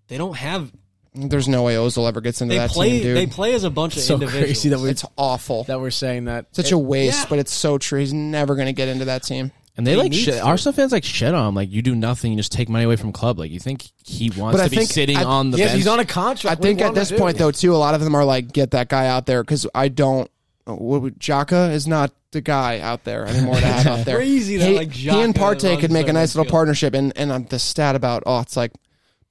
They don't have. There's no way Ozil ever gets into They that play. team, dude. they play as a bunch It's of so individuals. crazy that we it's awful. that we're saying that. Such It- a waste, yeah. but it's so true. He's never going to get into that team. And they, They like need shit, to. Arsenal fans like shit on him. Like you do nothing, you just take money away from club. Like you think he wants But I to be think- sitting I- on the Yes, bench? he's on a contract. I What do you think at want him this to do? point, though, too, a lot of them are like, get that guy out there because I don't. uh, What would- Jaka is not the guy out there anymore to have out there. Crazy that, he, like, he and Xhaka Partey runs could make a their nice little midfield. partnership. And and um, the stat about oh, it's like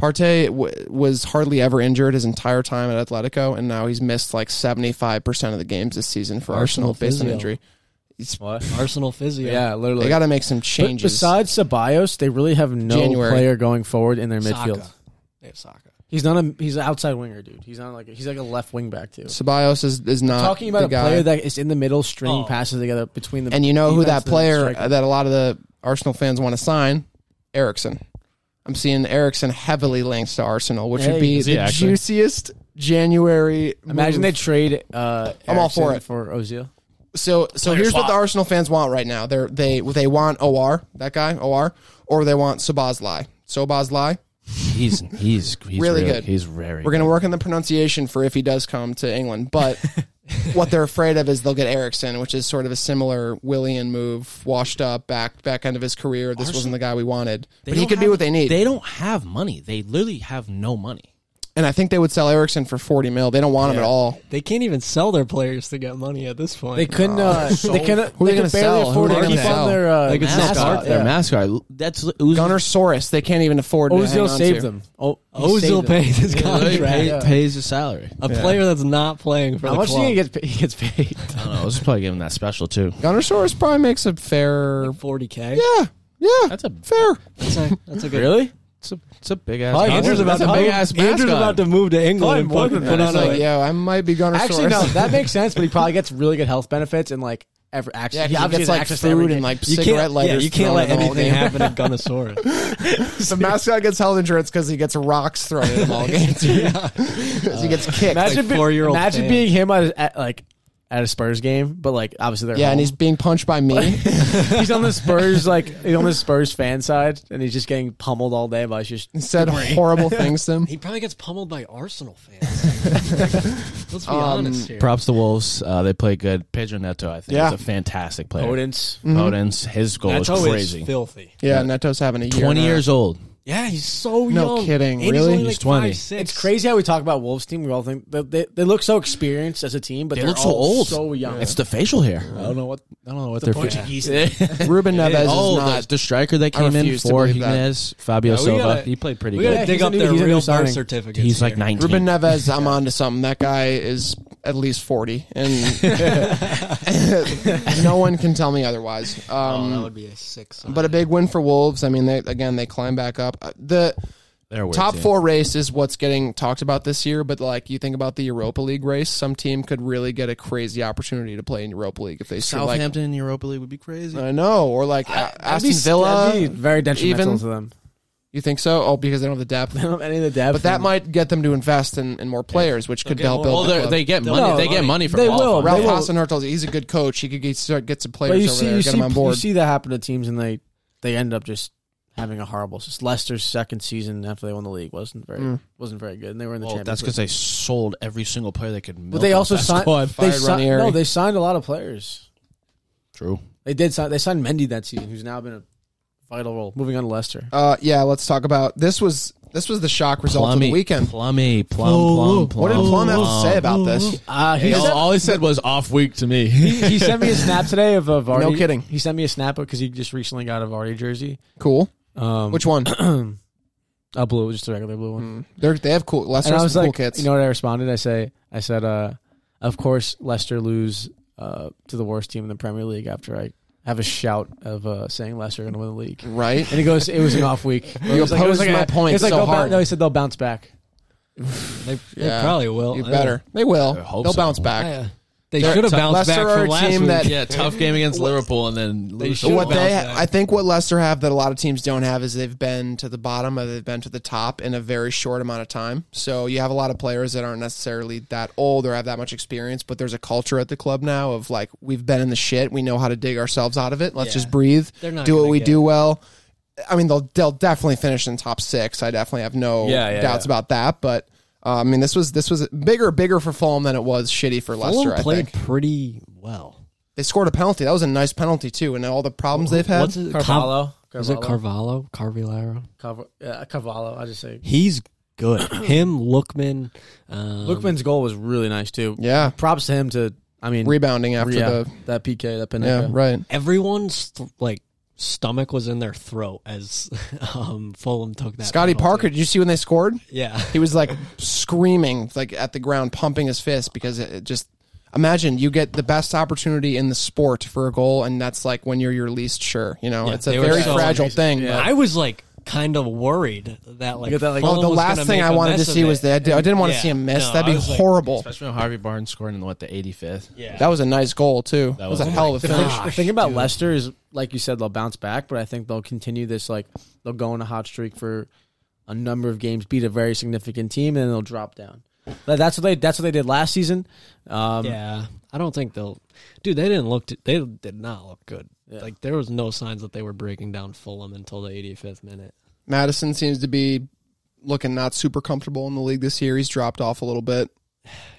Partey w- was hardly ever injured his entire time at Atletico, and now he's missed like seventy five percent of the games this season for Arsenal, Arsenal based on physio. injury. What? Arsenal physio. Yeah, literally. They got to make some But changes. besides Ceballos, they really have no January. player going forward in their Saka. midfield. They have Saka. He's not a he's an outside winger, dude. He's not like he's like a left wing back too. Ceballos is, is not Talking about the a guy. player that is in the middle, stringing Oh. passes together between the and you know who defense and that the player uh, striker. that a lot of the Arsenal fans want to sign, Erickson. I'm seeing Erickson heavily linked to Arsenal, which would Hey, be is he the actually? juiciest January. Imagine move. they trade. Uh, I'm all for Eriksen it. for Ozil. So, so here's what the Arsenal fans want right now. They're they they want OR that guy OR, or they want Sobozlai. Sobozlai. he's he's he's Really really good. good. He's very. We're gonna work on the pronunciation for if he does come to England, but. What they're afraid of is they'll get Erickson, which is sort of a similar Willian move, washed up back back end of his career. This wasn't the guy we wanted, but he don't could be have- what they need. They don't have money. They literally have no money. and I think they would sell Erickson for forty mil. They don't want him at all. They can't even sell their players to get money at this point. They couldn't. Uh, they couldn't. Who are they they gonna could barely sell? Who are afford they to gonna keep sell? on their uh, They could sell mascot. Dark. Their Yeah. mascot. That's Ozil. Gunnar Soros, they can't even afford. to hang Ozil on to. saved them. Oh, he Ozil saved them. pays his Literally contract. pay- pays his salary. A player that's not playing for How the much do club. you think he gets? pa- He gets paid. I don't know. Let's probably give him that special too. Gunnar Soros probably makes a fair. 40k. Yeah, yeah, That's a fair. That's a that's a good. really? It's a it's a big ass. Probably contract. Andrew's That's about a to big move- ass Andrew's about to move to England and Probably fucking more than put that. on It's like, a. yeah, I might be Gunnar Actually, Soros. no. That makes sense. But he probably gets really good health benefits and like every access. Yeah, he 'cause he obviously gets has like access to every food and game. like You cigarette can't, yeah, lighters. you can't thrown let at him all anything game. happen at Gunnosaurus. The mascot gets health insurance because he gets rocks thrown at him all game. yeah. he gets kicked. Imagine, be- four-year-old imagine fan. being him at, at like at a Spurs game, but like obviously they're yeah, home. and he's being punched by me. he's on the Spurs like he's on the Spurs fan side, and he's just getting pummeled all day by just He said horrible things to him. he probably gets pummeled by Arsenal fans. Let's Um, be honest here. Props to Wolves. Uh, they play good. Pedro Neto, I think, Yeah. is a fantastic player. Odin's. Odin's his goal That's was always crazy. filthy. Yeah, Neto's having a year. Twenty now. years old. Yeah, he's so No young. kidding, And he's really? only, He's like, 20. five, six. It's crazy how we talk about Wolves team. We all think they, they, they look so experienced as a team, but They are look so all old. Oh, so young. It's the facial hair. I don't know what I don't know what they're Portuguese. Ruben Neves oh, is not. the, the striker that came in refuse to for believe that. Jimenez, Fabio we Silva. gotta- he played pretty We good. gotta Yeah, dig he's a up new- their he's a new real birth signing. certificates. He's like here. nineteen. Ruben Neves, I'm on to something. That guy is at least 40, and no one can tell me otherwise. Oh, Um, that would be a six. but a big win for Wolves. I mean, they, again, they climb back up. Uh, The They're a weird top team. four race is what's getting talked about this year, but like you think about the Europa League race, some team could really get a crazy opportunity to play in Europa League if they should, like Southampton in Europa League would be crazy. I know, or like A- That'd be- Aston Villa. that'd be very detrimental even. to them. You think so? Oh, because they don't have the depth. They don't have any of the depth. But that and- might get them to invest in, in more players, which could get help more- build. Well, the they're- club. they get No, money. no, they get money from they all will. of them. Ralph They will- Hasenhurtel, he's a good coach. He could get, start, get some players But you over see, there, you get see, them on board. you see that happen to teams, and they they end up just having a horrible. Just Leicester's second season after they won the league wasn't very Mm. wasn't very good, and they were in the Well, Champions. that's because they sold every single player they could. League. but they also signed. They fired signed Ranieri. no, they signed a lot of players. True. They did sign. They signed Mendy that season, who's now been a vital role. Moving on to Leicester. uh, yeah, let's talk about this. Was this was the shock result of the Plummy, weekend? plummy, plum, plum, plum. what did Plum have to say about this? Uh, he, He all, sent, all he said was off week to me. he sent me a snap today of a Vardy. No kidding. He sent me a snap because he just recently got a Vardy jersey. Cool. Um, Which one? a blue, just a regular blue one. They're, they have cool. Lester's and I was cool like, kits. you know what I responded? I say, I said, uh, of course Leicester lose uh, to the worst team in the Premier League after I have a shout of uh, saying Leicester are going to win the league. right? And he goes, it was an off week. You It's like- it was opposed my a- point it's like so they'll boun- hard. no, he said they'll bounce back. They, Yeah. they probably will. You better. They will. I hope They'll so. bounce I, back. uh, they They're- should have bounced Leicester back are a from last team week. that- Yeah, tough game agaagainst Liverpool and then lose. should what bounce they, back. I think, what Leicester have that a lot of teams don't have is they've been to the bottom, or they've been to the top in a very short amount of time. So you have a lot of players that aren't necessarily that old or have that much experience, but there's a culture at the club now of like we've been in the shit, we know how to dig ourselves out of it. Let's Yeah. just breathe, They're not do what gonna we get- do well. I mean, they'll they'll definitely finish in top six. I definitely have no Yeah, yeah, doubts yeah. about that. But uh, I mean, this was this was bigger bigger for Fulham than it was shitty for Leicester. Fulham I think. played pretty well. They scored a penalty. That was a nice penalty too, and all the problems they've had. What's it? Carvalho. Is it Carvalho? Carvalho? Carv- yeah, Carvalho. I just say. He's good. Him, Lookman. Um, Lookman's goal was really nice, too. yeah, Props to him to, I mean, rebounding after yeah, the that PK, that yeah, Pineda. right. Everyone's th- like stomach was in their throat as um, Fulham took that. Scotty penalty. Parker, did you see when they scored? Yeah. He was like screaming, like at the ground, pumping his fist because it, it just. Imagine you get the best opportunity in the sport for a goal, and that's like when you're your least sure. You know, Yeah, it's a they were very so fragile amazing. thing. Yeah. but- I was like kind of worried that like, You got that, like- Fulham Oh, the was last gonna thing make I a wanted to mess of see was it. that. I didn't want to Yeah. see him miss. No, That'd I be was like- horrible. Especially when Harvey Barnes scored in what the 85th. Yeah. that was a nice goal too. That was, was- a hell of a The thing- finish. Gosh, the thing about Leicester is, like you said, they'll bounce back, but I think they'll continue this. Like they'll go on a hot streak for a number of games, beat a very significant team, and then they'll drop down. But that's what they that's what they did last season. Um, yeah. I don't think they'll. Dude, they didn't look. they did not look good. Yeah. Like there was no signs that they were breaking down Fulham until the 85th minute. Madison seems to be looking not super comfortable in the league this year. He's dropped off a little bit.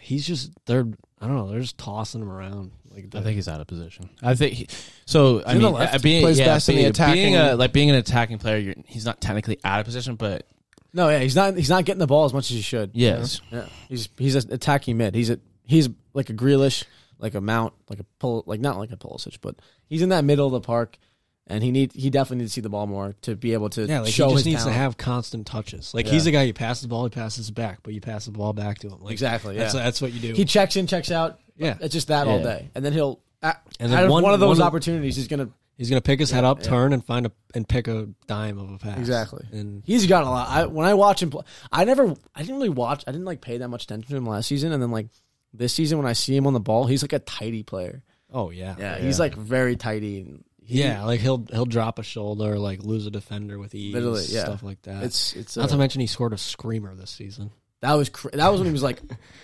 He's just they're. I don't know. They're just tossing him around. Like I think he's out of position. I think he, so. I mean, uh, being Plays yeah, best in the being- attacking- being a, like being an attacking player, you're, he's not technically out of position, but No, yeah, he's not he's not getting the ball as much as he should. yes, Yeah. he's he's an attacking mid. He's a he's like a Grealish, like a Mount, like a pull, like not like a Pulisic, but he's in that middle of the park, and he need he definitely needs to see the ball more to be able to Yeah, like show he just his needs to talent. have constant touches. Like Yeah. he's a guy you pass the ball, he passes it back, but you pass the ball back to him. Like, Exactly, That's, yeah. that's what you do. He checks in, checks out. yeah, It's just that all Yeah. day, and then he'll. Out And and then out of one- one, of those one- opportunities, he's gonna. he's gonna pick his head up, yeah. turn, and find a and pick a dime of a pass. Exactly. And He's got a lot. I, when I watch him play, I never, I didn't really watch. I didn't like pay that much attention to him last season, and then like this season when I see him on the ball, he's like a tidy player. oh yeah, Yeah, he's like very tidy. And he- yeah. Like he'll he'll drop a shoulder, like lose a defender with ease, Literally, yeah. stuff like that. it's it's. not uh, to mention he scored a screamer this season. that was cr- that was when he was like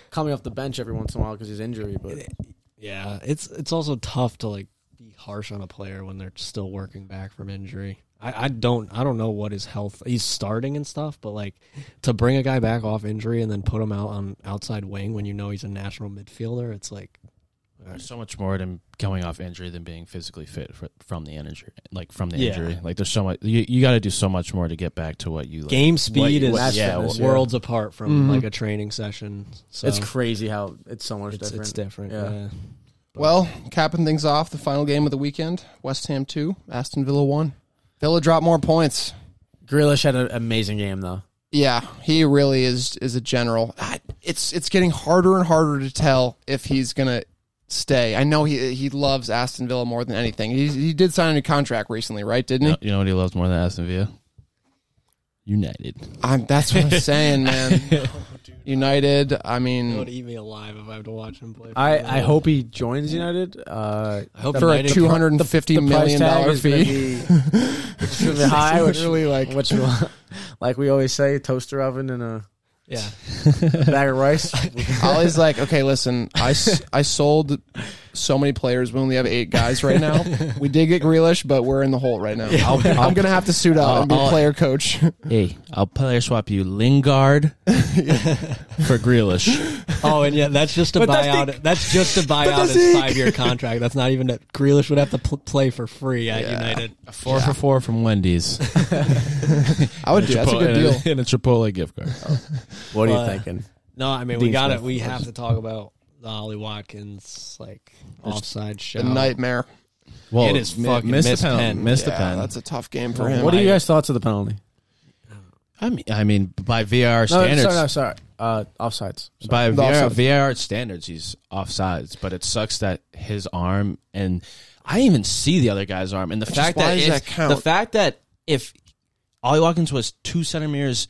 coming off the bench every once in a while because his injury. But Yeah, it's it's also tough to like be harsh on a player when they're still working back from injury. I, I don't I don't know what his health. He's starting and stuff, but like to bring a guy back off injury and then put him out on outside wing when you know he's a natural midfielder, it's like There's so much more than going off injury than being physically fit for, from the injury, like from the Yeah. injury. Like there's so much you, you got to do so much more to get back to what you like, game what speed you- is what- yeah, fitness, what- yeah. worlds apart from Mhm. like a training session. So it's crazy how it's so much it's, different. it's different. Yeah. yeah. Well, capping things off, the final game of the weekend: West Ham two, Aston Villa one. Villa dropped more points. Grealish had an amazing game though. Yeah, he really is is a general. I- It's it's getting harder and harder to tell if he's gonna stay. I know he he loves Aston Villa more than anything. He he did sign a new contract recently, right? Didn't You he? know, you know what he loves more than Aston Villa? United. I'm, that's what I'm saying, man. United. I mean, It would eat me alive if I had to watch him play. for a I, I minute. hope he joins United. Uh, I hope the for a United- two hundred and fifty million dollar fee. It's gonna be high, which Literally, like- which will- like we always say, toaster oven and a Yeah, bag of rice. Ollie's like, okay, listen, I, s- I sold so many players. We only have eight guys right now. We did get Grealish, but we're in the hole right now. i am going to have to suit up and be a I'll- player coach. Hey, I'll player swap you Lingard for Grealish. Oh, and yeah, that's just to But buy that's out. the- that's just to buy out that's his the- five year contract. That's not even that Grealish would have to pl- play for free at United. A four for four from Wendy's. I would do. That's a good And deal. And a Chipotle gift card. What are you But- thinking? No, I mean we Dean got it. Smith, We of have to talk about the Ollie Watkins like offside show. A nightmare. Well, It is mi- fucking missed, missed the pen. pen. Missed the Yeah, pen. that's a tough game for him. what are you guys' thoughts of the penalty? I mean, I mean, by VAR No, standards, sorry, no, sorry. Uh, offsides. Sorry. by The VAR, offside. VAR standards, he's offsides. But it sucks that his arm and I didn't even see the other guy's arm. And the fact that, why does if- that count? the fact that if Ollie Watkins was two centimeters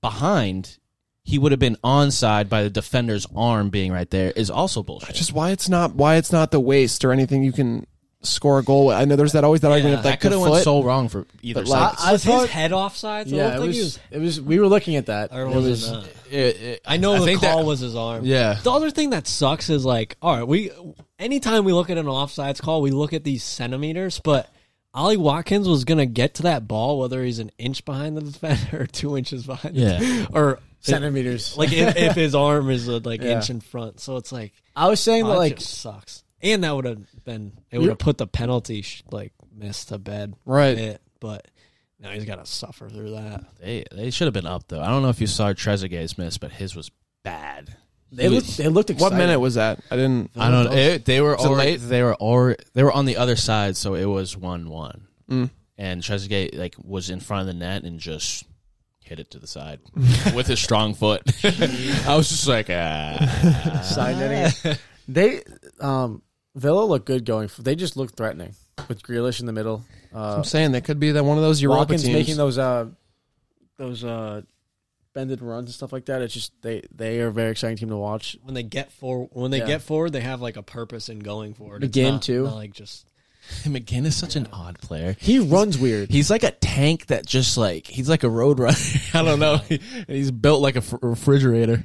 behind, he would have been onside by the defender's arm being right there is also bullshit. Just why it's not why it's not the waist or anything you can score a goal with. I know there's that always that argument of that like could the have went foot. so wrong for either But side. like- I was thought- his head offsides? I Yeah, it don't think was, he was. it was. We were looking at that. Or It was it was- not? It- it- I know the think call that- was his arm. Yeah. The other thing that sucks is like, all right, we anytime we look at an offsides call, we look at these centimeters, but Ollie Watkins was gonna get to that ball whether he's an inch behind the defender or two inches behind, the- Yeah. or centimeters. like if, if his arm is uh, like Yeah. inch in front. So it's like, I was saying oh, that, that like, just sucks. And that would have been it would have put the penalty sh- like miss to bed, Right. Bit, but now he's got to suffer through that. They they should have been up though. I don't know if you saw Trezeguet's miss, but his was bad. they looked. They looked. Excited. What minute was that? I didn't. I don't. It, they were it already. late? They were already. They were on the other side, so it was one one. mm. And Trezeguet like was in front of the net and just hit it to the side with his strong foot. I was just like, ah. Side netting. They um Villa looked good going. f- They just looked threatening with Grealish in the middle. Uh, I'm saying they could be that one of those Europa Watkins teams. making those uh those uh bended runs and stuff like that. It's just they they are a very exciting team to watch. when they get for when they Yeah. get forward, they have like a purpose in going forward. It's Again, not- too. not like just McGinn is such an odd player. He runs weird. He's like a tank that just like he's like a road runner. I don't know. And he's built like a fr- refrigerator.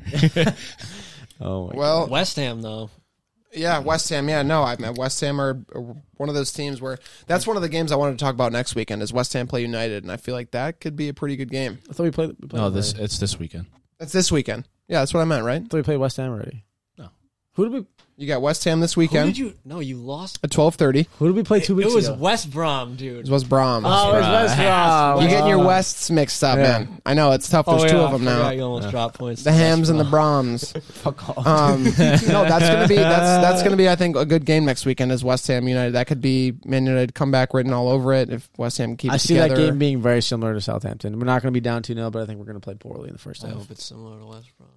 oh my Well, West Ham though. Yeah, West Ham. Yeah, no, I mean West Ham are are one of those teams where that's one of the games I wanted to talk about next weekend is West Ham play United, and I feel like that could be a pretty good game. I thought we played. We played no, this already. it's this weekend. That's this weekend. Yeah, that's what I meant, right? I thought we played West Ham already. No. Who did we? You got West Ham this Who weekend did you? No, you lost. at twelve thirty. Who did we play two It weeks was ago? West Brom, dude. It was Brahms. Oh, it was West Brom. You're getting your Wests mixed up, Yeah. Oh, man. I know it's tough. There's two of them Oh, I now. forgot You almost dropped points. The Hams and the Brahms. Fuck off. Um, no, that's gonna be that's that's gonna be I think a good game next weekend is West Ham United. That could be Man United comeback written all over it if West Ham keeps. I see together. that game being very similar to Southampton. We're not going to be down 2 0, but I think we're going to play poorly in the first I half. hope it's similar to West Brom.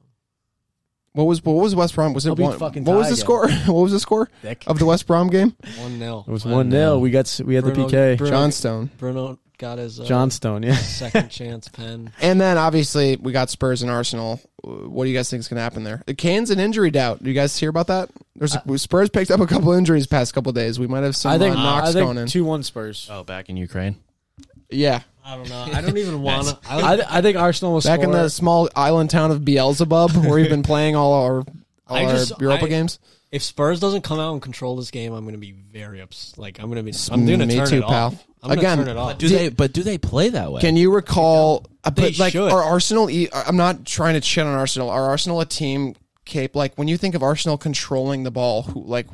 What was what was West Brom? Was They'll it be one? What fucking was tied the again. score? What was the score Dick. of the West Brom game? One 0 Oh, It was 1 0. We got s- we had the PK. Johnstone. Bruno got his uh, Johnstone, yeah. second chance pen. And then obviously we got Spurs and Arsenal. Uh, What do you guys think is going to happen there? Uh, Kane's an injury doubt. Do you guys hear about that? There's Spurs picked up a couple injuries past couple days. We might have some Uh, I think, uh, knocks I think going in. 2 1 Spurs. Oh, back in Ukraine. yeah, I don't know. I don't even want to. I, th- I think Arsenal will back score. in the small island town of Beelzebub, where we've been playing all our all I our just- Europa I- games. If Spurs doesn't come out and control this game, I'm going to be very upset. Like I'm going to be. I'm going to Me turn too, it pal. off. I'm gonna Again, turn it off. Do they? But do they play that way? Can you recall? uh, But They like, should. are Arsenal? e- I'm not trying to shit on Arsenal. Are Arsenal a team? Cape like when you think of Arsenal controlling the ball, who like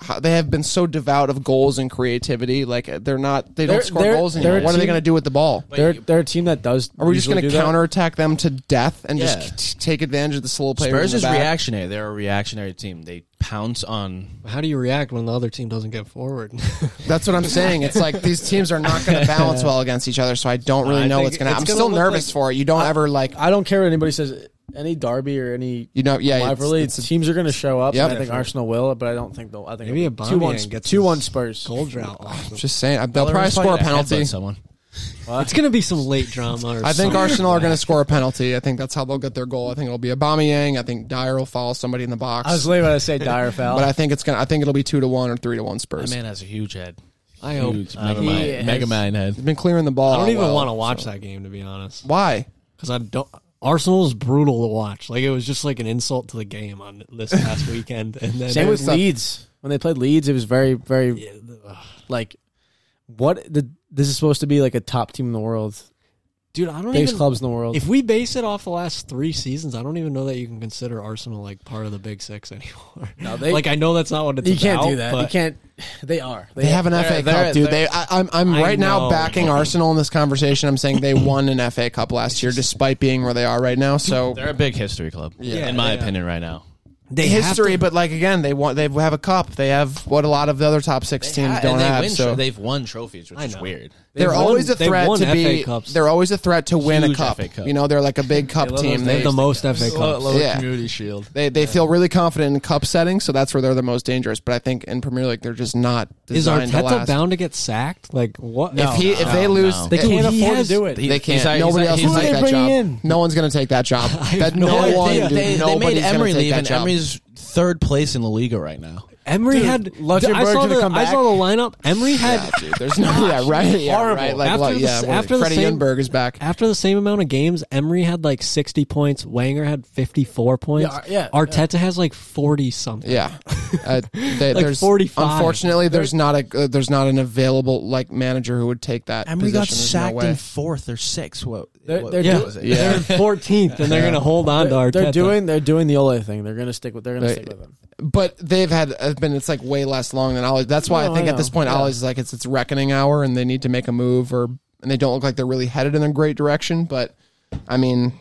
how, they have been so devout of goals and creativity. Like they're not, they They're- don't score they're- goals they're anymore. a What are they team- going to do with the ball? they're, they're a team that does. Are we just going to counterattack them to death and Yeah. just t- take advantage of the slow players? Spurs in is the back? reactionary. They're a reactionary team. They pounce on. How do you react when the other team doesn't get forward? That's what I'm saying. It's like these teams are not going to balance well against each other. So I don't really I know think what's going to. it's I'm gonna still look nervous like- for it. You don't ever like I don't care what anybody says. Any derby or any you know yeah. it's- rivalry, it's a- teams are going to show up. Yep. and I think Arsenal will, but I don't think they'll. I think Maybe it'll be 2-1 Aubameyang Sp- gets 2-1 his Spurs. Goal drought. off them. just saying, they'll probably score a penalty. Someone. It's going to be some late drama. Or I think something. Arsenal are going to score a penalty. I think that's how they'll get their goal. I think it'll be Aubameyang. I think Dyer will follow somebody in the box. I was literally about to say dire foul. but I think it's going. to I think it'll be two to one or three to one That Spurs. man has a huge head. I hope. Huge I Mega, don't, He mind, is. Mega Mind head. They've been clearing the ball. I don't even well. want to watch that game to be honest, Why? because I don't. Arsenal's brutal to watch. Like it was just like an insult to the game on this past weekend, and then Same with stuff. Leeds. When they played Leeds, it was very, very Yeah, the- ugh. like what the this is supposed to be like a top team in the world, dude, I don't biggest even. clubs in the world. If we base it off the last three seasons, I don't even know that you can consider Arsenal like part of the big six anymore. No, they- like I know that's not what it's. you can't about, do that. You but- can't. They are. They have an They're- FA they're- Cup, dude. They, I, I'm, I'm I right now know. backing Arsenal in this conversation. I'm saying they won an FA Cup last year, despite being where they are right now. So They're a big history club, Yeah, in my they are. opinion, right now. They have history, but like again, they want they have a cup. They have what a lot of the other top six teams And don't they have. win tro- so they've won trophies, which I is know. weird. They're won- always a they've threat won to be. FA Cups. They're always a threat to win a Huge cup. FA Cup. You know, they're like a big cup team. They They, have the most FA Cups. lower Yeah. community shield. they they feel really confident in cup settings, so that's where they're the most dangerous. But I think in Premier League, they're just not Is designed to Arteta last. bound to get sacked? Like what? if he if no, they lose, no. They if- can't Dude, he afford has- to do it. They can't. He's- he's- Nobody he's- else he's- will Who are take they that job. bringing in? No one's going to take that job. That no, no idea. one. They- Dude, They, they made nobody's gonna Emery take leave, that and job. Emery's third place in La Liga right now. Emery had. Luxembourg I saw gonna the come I back? saw the lineup. Emery had Dude, there's no. Yeah, right. Yeah, Horrible. right. Like, After like, the- yeah. what- after the Freddie same- Ljungberg is back. after the same amount of games. Emery had like sixty points. Wanger had fifty four points. Yeah, yeah, Arteta has like forty something. Yeah, uh, they, Like there's 45. unfortunately there's not a uh, there's not an available like manager who would take that. Emery got position. There's sacked no way. in fourth or sixth. What? They're- what- they're what do- was it? Yeah. They're in fourteenth, and they're going to hold on to Arteta. They're doing they're doing the Ole thing. They're gonna stick with they're gonna They- stick with them. but they've had have been it's like way less long than Ollie's. That's why No, I think I at this know. point Yeah. Ollie's is like it's it's reckoning hour and they need to make a move or and they don't look like they're really headed in a great direction. But I mean,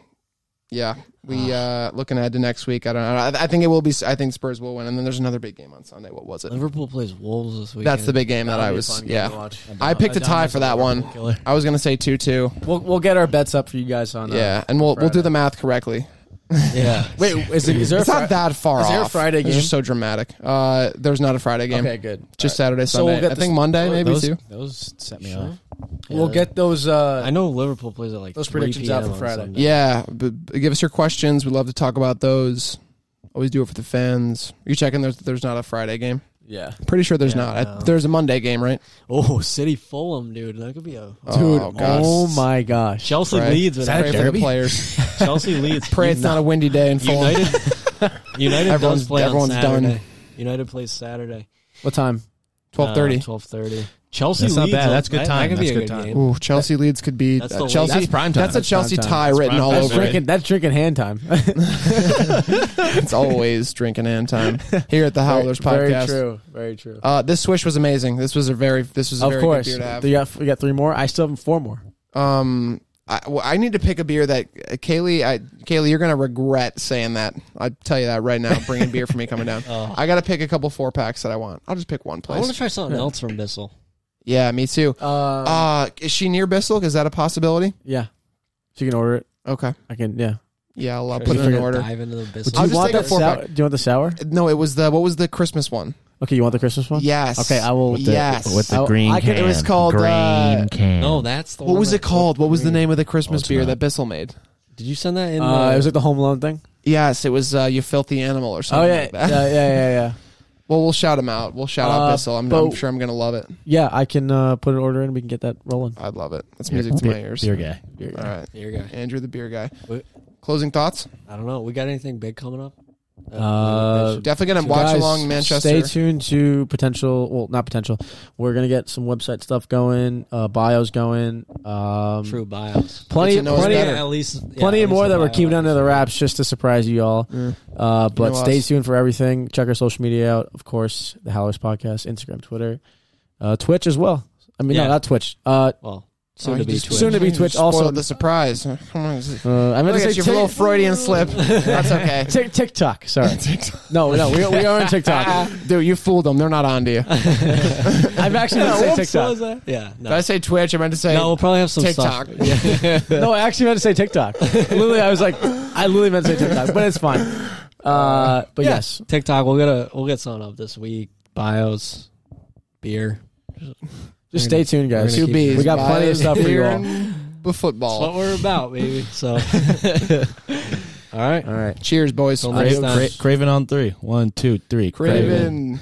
yeah, we Ah. uh looking ahead to next week. I don't know. I, I think it will be. I think Spurs will win. And then there's another big game on Sunday. What was it? Liverpool plays Wolves this week. That's the big game that I was. Yeah, I picked a tie for that one. Killer. I was gonna say two two. We'll we'll get our bets up for you guys on. uh, Yeah, and we'll we'll do Friday. the math correctly. yeah. Wait, is, it, is there It's a not Fri- that far Is off. there a Friday It's game? just so dramatic. Uh, there's not a Friday game. Okay, good. Just All right. Saturday, So Sunday. we'll get I the- think Monday, maybe those, too. Those set me off. We'll get those. Uh, I know Liverpool plays at like Those 3 predictions PM out for on Friday. Sunday. Yeah, but but give us your questions. We'd love to talk about those. Always do it for the fans. Are you checking? There's there's not a Friday game. yeah, Pretty sure there's Yeah, not. I- no. there's a Monday game, right? Oh, City Fulham, dude. That could be a dude. oh, God. Oh my gosh. Chelsea Pray. leads. Pray Without for the players. Chelsea leads. Pray it's not a windy day in Fulham. United. United Everyone's- does play everyone's on done. Saturday. United plays Saturday. Uh, What time? Twelve thirty. Twelve thirty. Chelsea That's not leads. bad. on- That's good that- time. That could That's be a good time. game. Ooh, Chelsea leads could be That's uh, the late- Chelsea. That's prime time. That's a That's Chelsea prime time. tie That's written prime all time. That's over it. drinking. That's drinking hand time. It's always drinking and time here at the Howlers Very podcast. true. Very true. Uh, this swish was amazing. This was a very this was a of very course. good beer to have. We got we got three more. I still have four more. um, I, well, I need to pick a beer that uh, Kaylee, I, Kaylee, you're gonna regret saying that. I tell you that right now. Bringing beer for me coming down. Uh, I gotta pick a couple four packs that I want. I'll just pick one I want to place. try something else from Bissell. yeah, me too. Uh, Uh, is she near Bissell? Is that a possibility? yeah. So you can order it. Okay. I can. Yeah. Yeah, I'll uh, Try put it in something an order. Dive into the Do Bissell. I'll you just want take that a four sour? pack. Do you want the sour? No, it was the what was the Christmas one? Okay. You want the Christmas one? Yes. Okay, I will- With the- yes. with the I- green I can- Oh, it was called, green uh, can. No, that's the What one was that- it called? What was the name of the Christmas it's beer not. that Bissell made? Did you send that in? Uh, the- it was like the Home Alone thing. Yes, it was uh, you filthy animal or Oh something. yeah, like yeah, that. yeah, yeah, yeah. Well, we'll shout him out. We'll shout Uh, out Bissell. I'm, but- I'm sure I'm gonna love it. Yeah, I can uh, put an order in. We can get that rolling. I'd love it. That's music to my ears. Beer guy. All right, Here you go. Andrew the beer guy. Wait. Closing thoughts. I don't know. We got anything big coming up? Uh, Definitely gonna So watch guys, along Manchester. Stay tuned to potential. Well, not potential. We're gonna get some website stuff going, uh, bios going. Um, True bios. Plenty, Good to know plenty, it's better. At least yeah, plenty at least more a that we're bio keeping under the episode. wraps just to surprise you all. Mm. Uh, but know stay us. tuned for everything. Check our social media out, of course. The Howlers Podcast, Instagram, Twitter, uh, Twitch as well. I mean, Yeah. no, not Twitch. Uh, Well, Oh, soon you to be just- Twitch. Soon to be you just Twitch, spoiled also- the surprise. Look uh, I meant to say at your Tik- little Freudian slip. That's okay. Tik- TikTok. Sorry, no, no, we, we are on TikTok. Dude, you fooled them. They're not on to you. Did I've actually meant to say TikTok. Yeah. No. I say Twitch? I meant to say no, we'll probably have some TikTok. stuff. Yeah. No, I actually meant to say TikTok. literally, I was like, I literally meant to say TikTok, but it's fine. Uh, but yes, TikTok. We'll get a we'll get something up this week. Bios, beer. just stay tuned, guys. We're Two gonna B's. We got plenty of stuff for you Beer all. and b- That's football. what we're about, baby. So, all right. All right. Cheers, boys. Till next time. Craven on three. One, two, three. Craven.